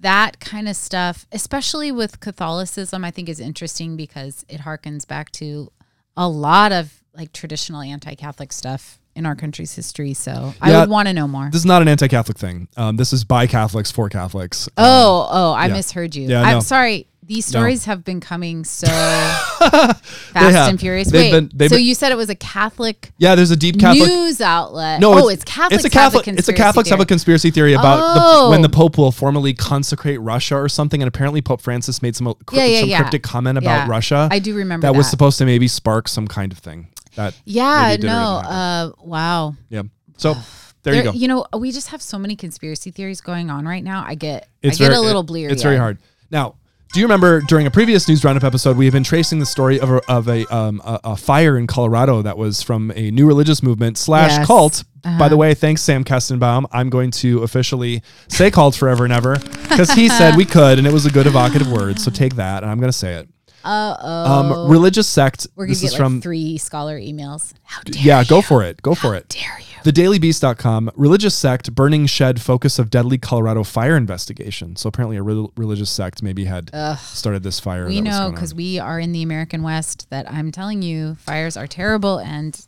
Speaker 1: that kind of stuff, especially with Catholicism, I think is interesting because it harkens back to a lot of like traditional anti Catholic stuff in our country's history. So I
Speaker 2: Yeah.
Speaker 1: would want to know more.
Speaker 2: This is not an anti-Catholic thing. Um, this is by Catholics for Catholics.
Speaker 1: oh, oh, I
Speaker 2: yeah.
Speaker 1: misheard you.
Speaker 2: Yeah, no.
Speaker 1: I'm sorry. These
Speaker 2: No.
Speaker 1: stories have been coming so fast
Speaker 2: have.
Speaker 1: and furious. Wait,
Speaker 2: They've been- they've
Speaker 1: so
Speaker 2: been-
Speaker 1: you said it was a Catholic,
Speaker 2: Yeah, there's a deep Catholic.
Speaker 1: news outlet.
Speaker 2: No,
Speaker 1: oh, it's, Catholic.
Speaker 2: It's a Catholic. it's a Catholics have a conspiracy theory about the,
Speaker 1: Oh.
Speaker 2: when the Pope will formally consecrate Russia or something, and apparently Pope Francis made some, crypt-
Speaker 1: Yeah, yeah,
Speaker 2: some
Speaker 1: yeah.
Speaker 2: cryptic comment about
Speaker 1: Yeah.
Speaker 2: Russia.
Speaker 1: I do remember
Speaker 2: that, was
Speaker 1: that.
Speaker 2: supposed to maybe spark some kind of thing. That
Speaker 1: Yeah,
Speaker 2: maybe did or
Speaker 1: no.
Speaker 2: didn't
Speaker 1: Uh, wow.
Speaker 2: yeah. So there, you go.
Speaker 1: You know, we just have so many conspiracy theories going on right now. I get,
Speaker 2: It's
Speaker 1: I get
Speaker 2: very-
Speaker 1: a little
Speaker 2: it-
Speaker 1: bleary.
Speaker 2: It's very hard. Now, do you remember during a previous news roundup episode, we have been tracing the story of a, of a, um, a, a fire in Colorado that was from a new religious movement slash
Speaker 1: Yes. Uh-huh.
Speaker 2: cult. By the way, thanks Sam Kestenbaum. I'm going to officially say cult forever and ever because he said we could, and it was a good evocative word. So take that, and I'm going to say it.
Speaker 1: Uh oh.
Speaker 2: Um, religious sect.
Speaker 1: We're gonna
Speaker 2: this
Speaker 1: get
Speaker 2: is
Speaker 1: like
Speaker 2: from
Speaker 1: three scholar emails. How dare
Speaker 2: yeah. Go for it. Go for it.
Speaker 1: dare you?
Speaker 2: TheDailyBeast.com, religious sect, burning shed, focus of deadly Colorado fire investigation. So apparently, a rel- religious sect maybe had started this fire.
Speaker 1: We
Speaker 2: that was
Speaker 1: know
Speaker 2: going on.
Speaker 1: because we are in the American West that I'm telling you, fires are terrible. And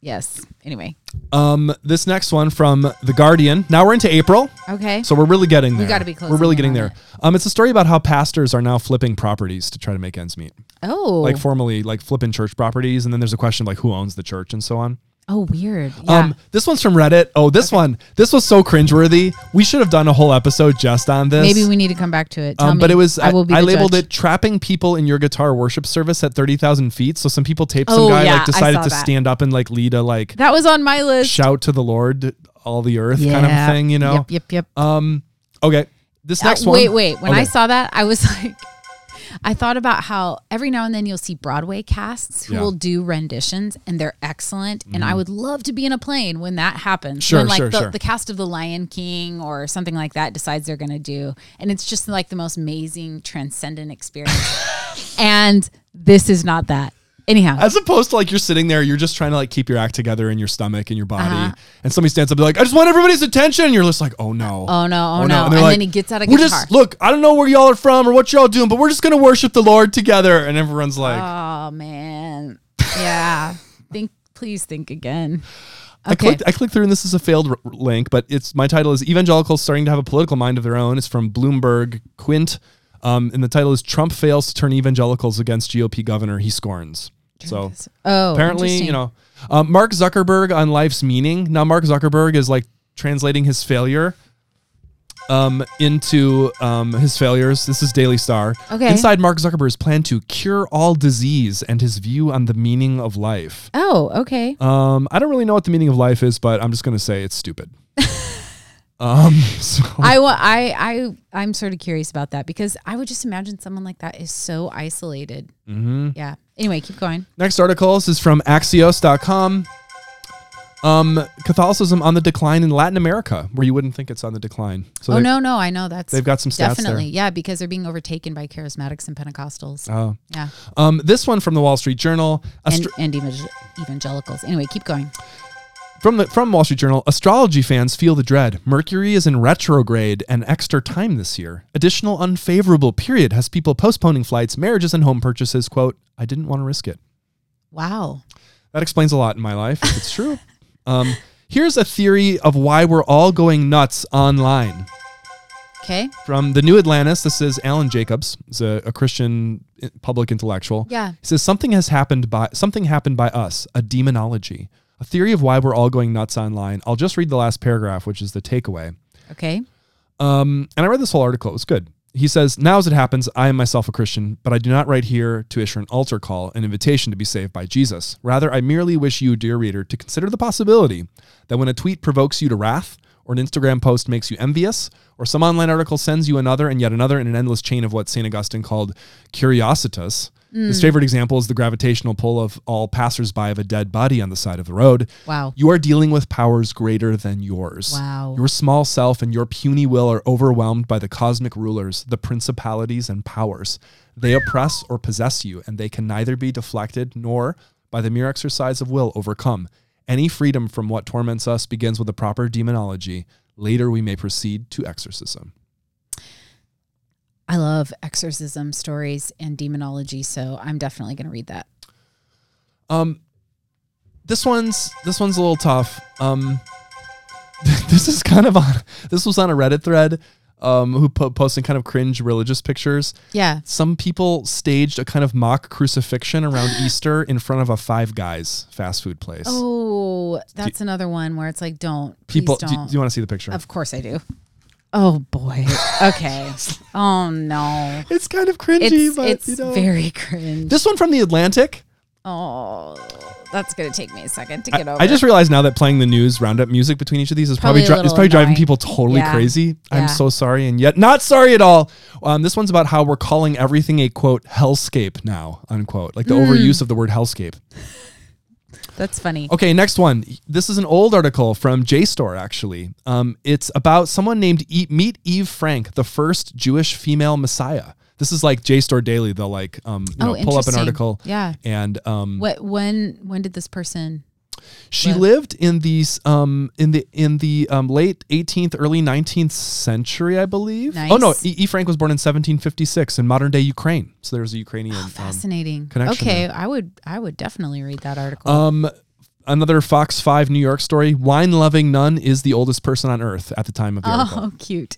Speaker 1: yes. Anyway.
Speaker 2: Um, this next one from The Guardian. Now we're into April,
Speaker 1: Okay.
Speaker 2: so we're really getting there.
Speaker 1: gotta be
Speaker 2: We're
Speaker 1: closing
Speaker 2: really
Speaker 1: in
Speaker 2: getting
Speaker 1: on
Speaker 2: there.
Speaker 1: it.
Speaker 2: Um, it's a story about how pastors are now flipping properties to try to make ends meet.
Speaker 1: oh.
Speaker 2: Like formally, like flipping church properties, and then there's a question of like who owns the church and so on.
Speaker 1: oh, weird. Yeah.
Speaker 2: Um, this one's from Reddit. Oh, this one, this was so cringeworthy. We should have done a whole episode just on this.
Speaker 1: Maybe we need to come back to it. Tell
Speaker 2: Um,
Speaker 1: me.
Speaker 2: but it was I,
Speaker 1: will be
Speaker 2: I
Speaker 1: the
Speaker 2: labeled
Speaker 1: judge.
Speaker 2: it trapping people in your guitar worship service at thirty thousand feet. So some people taped some
Speaker 1: Oh,
Speaker 2: guy
Speaker 1: yeah,
Speaker 2: like
Speaker 1: I
Speaker 2: decided
Speaker 1: saw
Speaker 2: to
Speaker 1: that.
Speaker 2: stand up and like lead a like
Speaker 1: That was on my list.
Speaker 2: shout to the Lord all the earth
Speaker 1: yeah.
Speaker 2: kind of thing, you know.
Speaker 1: Yep. Yep. Yep.
Speaker 2: Um, okay, this
Speaker 1: Uh,
Speaker 2: next one.
Speaker 1: Wait, wait. When I
Speaker 2: Okay.
Speaker 1: saw that, I was like, I thought about how every now and then you'll see Broadway casts who
Speaker 2: Yeah. Mm-hmm.
Speaker 1: will do renditions and they're excellent. And I would love to be in a plane when that happens.
Speaker 2: Sure,
Speaker 1: when like
Speaker 2: sure,
Speaker 1: the,
Speaker 2: sure.
Speaker 1: the cast of The Lion King or something like that decides they're going to do. And it's just like the most amazing, transcendent experience. and this is not that. Anyhow,
Speaker 2: as opposed to like you're sitting there, you're just trying to like keep your act together in your stomach and your body,
Speaker 1: Uh-huh.
Speaker 2: and somebody stands up and they're like, "I just want everybody's attention," and you're just like, "Oh no,
Speaker 1: Oh, no, oh, no.
Speaker 2: And, they're
Speaker 1: And
Speaker 2: like,
Speaker 1: then he gets out a
Speaker 2: "We're
Speaker 1: guitar."
Speaker 2: Just, look, I don't know where y'all are from or what y'all doing, but we're just gonna worship the Lord together, and everyone's like,
Speaker 1: oh man. Yeah. think, please think again.
Speaker 2: I clicked. I clicked through, and this is a failed r- link, but it's my title is "Evangelicals Starting to Have a Political Mind of Their Own." It's from Bloomberg Quint, um, and the title is "Trump Fails to Turn Evangelicals Against GOP Governor He Scorns." So
Speaker 1: Oh,
Speaker 2: apparently, you
Speaker 1: interesting.
Speaker 2: know, um, Mark Zuckerberg on Life's Meaning. Now, Mark Zuckerberg is like translating his failure um, into um, his failures. This is Daily Star.
Speaker 1: Okay.
Speaker 2: Inside Mark Zuckerberg's plan to cure all disease and his view on the meaning of life.
Speaker 1: Oh, okay.
Speaker 2: Um, I don't really know what the meaning of life is, but I'm just gonna say it's stupid. um, so
Speaker 1: I wa- I I I'm sort of curious about that because I would just imagine someone like that is so isolated. Mm-hmm. Yeah. Anyway, keep going.
Speaker 2: next article this is from Axios.com. Um, Catholicism on the decline in Latin America, where you wouldn't think it's on the decline. So
Speaker 1: oh
Speaker 2: they-
Speaker 1: no, no, I know that's
Speaker 2: they've got some stats
Speaker 1: definitely yeah because they're being overtaken by charismatics and Pentecostals.
Speaker 2: Oh.
Speaker 1: yeah,
Speaker 2: Um, this one from the Wall Street Journal. Astro-
Speaker 1: and and evangel- evangelicals. Anyway, keep going.
Speaker 2: From the from Wall Street Journal, astrology fans feel the dread. Mercury is in retrograde and extra time this year. Additional unfavorable period has people postponing flights, marriages, and home purchases. "Quote: I didn't want to risk it."
Speaker 1: Wow.
Speaker 2: That explains a lot in my life. If it's true. um, here's a theory of why we're all going nuts online.
Speaker 1: Okay.
Speaker 2: from the New Atlantis. This is Alan Jacobs, is a, a Christian i- public intellectual.
Speaker 1: Yeah.
Speaker 2: he says something has happened by something happened by us, a demonology, a theory of why we're all going nuts online. I'll just read the last paragraph, which is the takeaway.
Speaker 1: Okay.
Speaker 2: Um, and I read this whole article; it was good. He says, "Now, as it happens, I am myself a Christian, but I do not write here to issue an altar call, an invitation to be saved by Jesus. Rather, I merely wish you, dear reader, to consider the possibility that when a tweet provokes you to wrath." Or an Instagram post makes you envious, or some online article sends you another and yet another in an endless chain of what St. Augustine called curiositas. His favorite example is the gravitational pull of all passersby of a dead body on the side of the road.
Speaker 1: Wow.
Speaker 2: You are dealing with powers greater than yours.
Speaker 1: Wow.
Speaker 2: Your small self and your puny will are overwhelmed by the cosmic rulers, the principalities and powers. They oppress or possess you, and they can neither be deflected nor, by the mere exercise of will, overcome. Any freedom from what torments us begins with a proper demonology. Later, we may proceed to exorcism.
Speaker 1: I love exorcism stories and demonology, so I'm definitely going to read that.
Speaker 2: Um, this one's this one's a little tough. Um, this is kind of on. This was on a Reddit thread. Um, who po- posted kind of cringe religious pictures.
Speaker 1: Yeah.
Speaker 2: Some people staged a kind of mock crucifixion around Easter in front of a Five Guys fast food place.
Speaker 1: Oh, that's another one where it's like, don't. please
Speaker 2: people, do,
Speaker 1: don't.
Speaker 2: do you want to see the picture?
Speaker 1: Of course I do. Oh boy. Okay. oh no.
Speaker 2: It's kind of cringy,
Speaker 1: It's
Speaker 2: but
Speaker 1: it's
Speaker 2: you know.
Speaker 1: very cringe.
Speaker 2: this one from the Atlantic.
Speaker 1: oh, that's gonna take me a second to get over.
Speaker 2: I just realized now that playing the news roundup music between each of these is
Speaker 1: Probably
Speaker 2: probably
Speaker 1: a
Speaker 2: dri- is
Speaker 1: little
Speaker 2: probably driving
Speaker 1: annoying.
Speaker 2: people totally
Speaker 1: Yeah.
Speaker 2: crazy.
Speaker 1: Yeah.
Speaker 2: I'm so sorry, and yet not sorry at all. Um, this one's about how we're calling everything a quote hellscape now unquote, like the
Speaker 1: Mm.
Speaker 2: overuse of the word hellscape.
Speaker 1: that's funny.
Speaker 2: Okay, next one. This is an old article from JSTOR actually. Um, it's about someone named e- Meet Eve Frank, the first Jewish female messiah. This is like JSTOR Daily. They'll like um, you
Speaker 1: Oh,
Speaker 2: know, pull up an
Speaker 1: interesting.
Speaker 2: article.
Speaker 1: Yeah.
Speaker 2: And um,
Speaker 1: What when when did this person
Speaker 2: She
Speaker 1: Right.
Speaker 2: lived in these um in the in the um, late 18th early 19th century, I believe. Oh no,
Speaker 1: Nice.
Speaker 2: E. e. Frank was born in 1756 in modern day Ukraine. So there's a
Speaker 1: Oh,
Speaker 2: Ukrainian. um,
Speaker 1: fascinating.
Speaker 2: connection
Speaker 1: okay, I would I would definitely read that article.
Speaker 2: um, another Fox 5 New York story. Wine-loving nun is the oldest person on earth at the time of the article.
Speaker 1: oh, cute.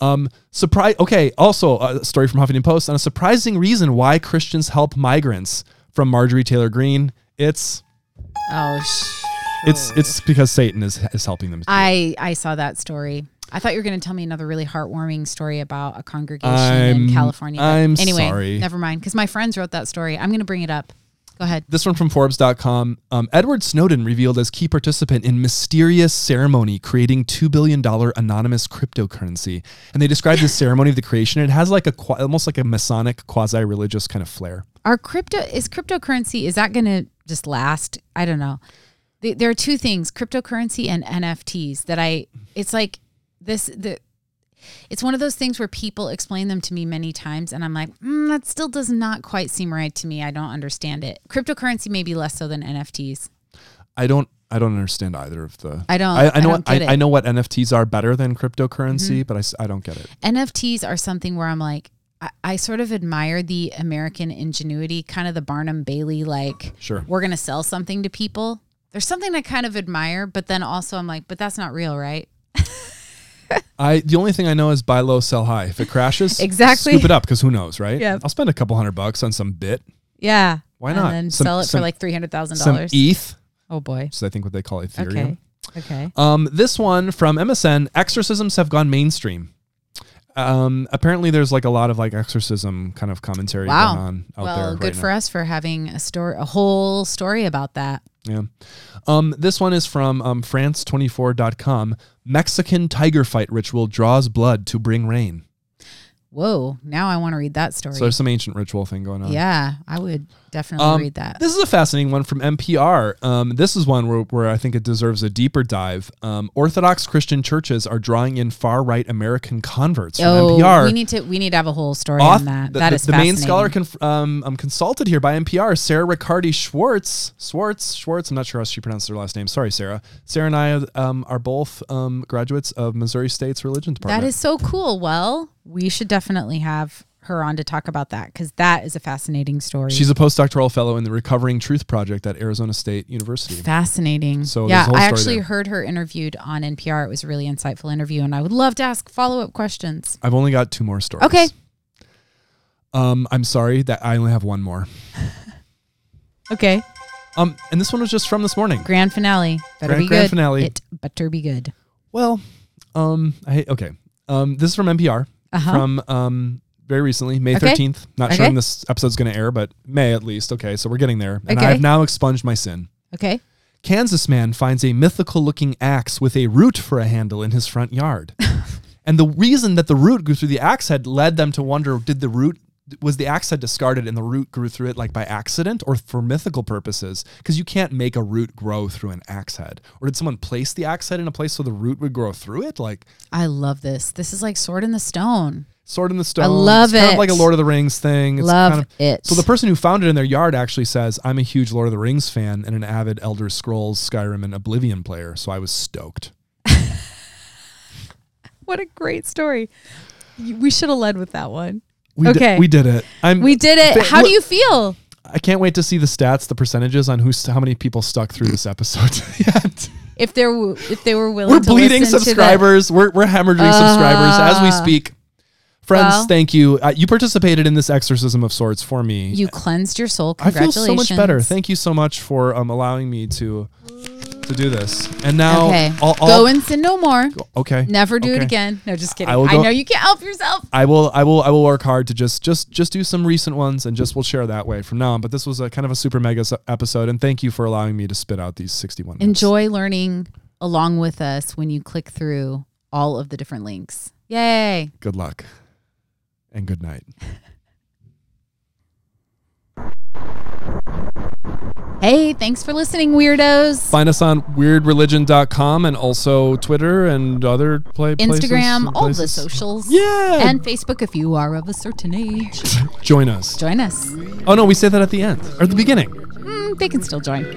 Speaker 2: Um, surprise. Okay. Also, a story from Huffington Post on a surprising reason why Christians help migrants from Marjorie Taylor Greene. It's
Speaker 1: Oh, sh- Oh.
Speaker 2: it's it's because Satan is is helping them.
Speaker 1: I I saw that story. I thought you were going to tell me another really heartwarming story about a congregation in
Speaker 2: I'm-
Speaker 1: California. but
Speaker 2: I'm
Speaker 1: anyway,
Speaker 2: sorry.
Speaker 1: never mind. Because my friends wrote that story. I'm going to bring it up. Go ahead.
Speaker 2: This one from Forbes.com. Um, Edward Snowden revealed as key participant in mysterious ceremony creating $2 billion anonymous cryptocurrency. And they described the ceremony of the creation. It has like a qua- almost like a Masonic quasi religious kind of flair.
Speaker 1: Our crypto is cryptocurrency. Is that going to just last? I don't know. The, there are two things: cryptocurrency and NFTs. That I, it's like this. The it's one of those things where people explain them to me many times, and I'm like, mm, that still does not quite seem right to me. I don't understand it. Cryptocurrency maybe less so than NFTs.
Speaker 2: I don't. I don't understand either of the.
Speaker 1: I don't-
Speaker 2: I,
Speaker 1: I
Speaker 2: know.
Speaker 1: don't
Speaker 2: I,
Speaker 1: get
Speaker 2: I
Speaker 1: it. Mm-hmm.
Speaker 2: know what NFTs are better than cryptocurrency, but I s- I, don't get it.
Speaker 1: NFTs are something where I'm like, I, I sort of admire the American ingenuity, kind of the Barnum Bailey, like,
Speaker 2: Sure.
Speaker 1: we're going to sell something to people. There's something I kind of admire, but then also I'm like, but that's not real, right?
Speaker 2: I the only thing I know is buy low, sell high. If it crashes,
Speaker 1: Exactly.
Speaker 2: scoop it up because who knows, right?
Speaker 1: Yep.
Speaker 2: I'll spend a couple hundred bucks on some bit,
Speaker 1: Yeah.
Speaker 2: Why not?
Speaker 1: And then
Speaker 2: Some-
Speaker 1: sell it
Speaker 2: some-
Speaker 1: for like
Speaker 2: some e-
Speaker 1: $300,000.
Speaker 2: ETH,
Speaker 1: oh, boy.
Speaker 2: which is I think what they call Ethereum.
Speaker 1: Okay. Okay.
Speaker 2: Um, this one from MSN: Exorcisms have gone mainstream. Um, apparently, there's like a lot of like exorcism kind of commentary
Speaker 1: Wow.
Speaker 2: going on out there.
Speaker 1: Well,
Speaker 2: right
Speaker 1: good
Speaker 2: now.
Speaker 1: for us for having a story, a whole story about that.
Speaker 2: Yeah. Um, this one is from um, France24.com. Mexican tiger fight ritual draws blood to bring rain.
Speaker 1: Whoa. Now I want to read that story.
Speaker 2: So there's some ancient ritual thing going on.
Speaker 1: yeah. I would definitely
Speaker 2: Um,
Speaker 1: read that.
Speaker 2: This is a fascinating one from NPR. Um, this is one where, where I think it deserves a deeper dive. Um, Orthodox Christian churches are drawing in far right American converts from
Speaker 1: Oh,
Speaker 2: NPR.
Speaker 1: we need to we need to have a whole story
Speaker 2: Auth-
Speaker 1: on that.
Speaker 2: the,
Speaker 1: that
Speaker 2: the-
Speaker 1: is
Speaker 2: the main
Speaker 1: fascinating.
Speaker 2: scholar conf- um, um, consulted here by NPR, Sarah Riccardi Schwartz. Schwartz, Schwartz. I'm not sure how she pronounced her last name. Sorry, Sarah. Sarah and I um, are both um, graduates of Missouri State's religion department.
Speaker 1: That is so cool. Well, we should definitely have her on to talk about that because that is a fascinating story.
Speaker 2: She's a postdoctoral fellow in the Recovering Truth Project at Arizona State University.
Speaker 1: fascinating.
Speaker 2: So
Speaker 1: yeah,
Speaker 2: there's a whole
Speaker 1: I
Speaker 2: story
Speaker 1: actually
Speaker 2: there.
Speaker 1: heard her interviewed on NPR. It was a really insightful interview, and I would love to ask follow up questions.
Speaker 2: I've only got two more stories.
Speaker 1: Okay.
Speaker 2: Um, I'm sorry that I only have one more.
Speaker 1: Okay,
Speaker 2: Um, and this one was just from this morning.
Speaker 1: grand finale. Better
Speaker 2: Grand-
Speaker 1: be
Speaker 2: grand
Speaker 1: good.
Speaker 2: finale.
Speaker 1: It better be good.
Speaker 2: Well, um, I hate, okay. Um, this is from NPR
Speaker 1: Uh-huh.
Speaker 2: from um very recently, May
Speaker 1: Okay.
Speaker 2: 13th. Not sure
Speaker 1: Okay.
Speaker 2: when this episode's going to air, but May at least. Okay, so we're getting there. And
Speaker 1: Okay.
Speaker 2: I have now expunged my sin.
Speaker 1: Okay.
Speaker 2: Kansas man finds a mythical looking axe with a root for a handle in his front yard. and the reason that the root grew through the axe head led them to wonder did the root was the axe head discarded and the root grew through it like by accident or for mythical purposes? Because you can't make a root grow through an axe head. Or did someone place the axe head in a place so the root would grow through it? Like
Speaker 1: I love this. This is like Sword in the Stone.
Speaker 2: sword in the stone.
Speaker 1: love
Speaker 2: it's Kind of
Speaker 1: it.
Speaker 2: like a Lord of the Rings thing. It's
Speaker 1: love
Speaker 2: kind of,
Speaker 1: it.
Speaker 2: so the person who found it in their yard actually says, "I'm a huge Lord of the Rings fan and an avid Elder Scrolls, Skyrim, and Oblivion player, so I was stoked."
Speaker 1: what a great story. You- We should have led with that one.
Speaker 2: We
Speaker 1: Okay.
Speaker 2: did, we did it. I'm,
Speaker 1: We did it.
Speaker 2: But
Speaker 1: How do
Speaker 2: Mm, look-
Speaker 1: you feel?
Speaker 2: I can't wait to see the stats, the percentages on who's how many people stuck through this episode. to the end.
Speaker 1: If they were, if they were willing,
Speaker 2: We're
Speaker 1: to
Speaker 2: bleeding
Speaker 1: listen to the-
Speaker 2: subscribers. We're we're hemorrhaging subscribers as we speak. Friends,
Speaker 1: well.
Speaker 2: thank you. Uh, you participated in this exorcism of sorts for me.
Speaker 1: you cleansed your soul.
Speaker 2: I feel
Speaker 1: Congratulations.
Speaker 2: so much better. Thank you so much for um, allowing me to to do this. And now,
Speaker 1: Okay.
Speaker 2: I'll, I'll-
Speaker 1: go and sin no more.
Speaker 2: okay,
Speaker 1: Never do it
Speaker 2: Okay.
Speaker 1: again. No, just kidding.
Speaker 2: will
Speaker 1: I,
Speaker 2: go-
Speaker 1: know you can't help yourself.
Speaker 2: I will, I will, I will work hard to just, just, just do some recent ones, and just we'll share that way from now on. But this was a kind of a super mega s- episode, and thank you for allowing me to spit out these sixty-one. minutes.
Speaker 1: Enjoy learning along with us when you click through all of the different links. Yay.
Speaker 2: Good luck, and good night.
Speaker 1: Hey, thanks for listening, weirdos.
Speaker 2: Find us on WeirdReligion.com and also Twitter and other play places
Speaker 1: Instagram,
Speaker 2: and
Speaker 1: all the
Speaker 2: places.
Speaker 1: socials.
Speaker 2: Yeah,
Speaker 1: And Facebook if you are of a certain age.
Speaker 2: join us.
Speaker 1: Join us.
Speaker 2: Oh no, we say that at the end or at the beginning.
Speaker 1: Mm, they can still join.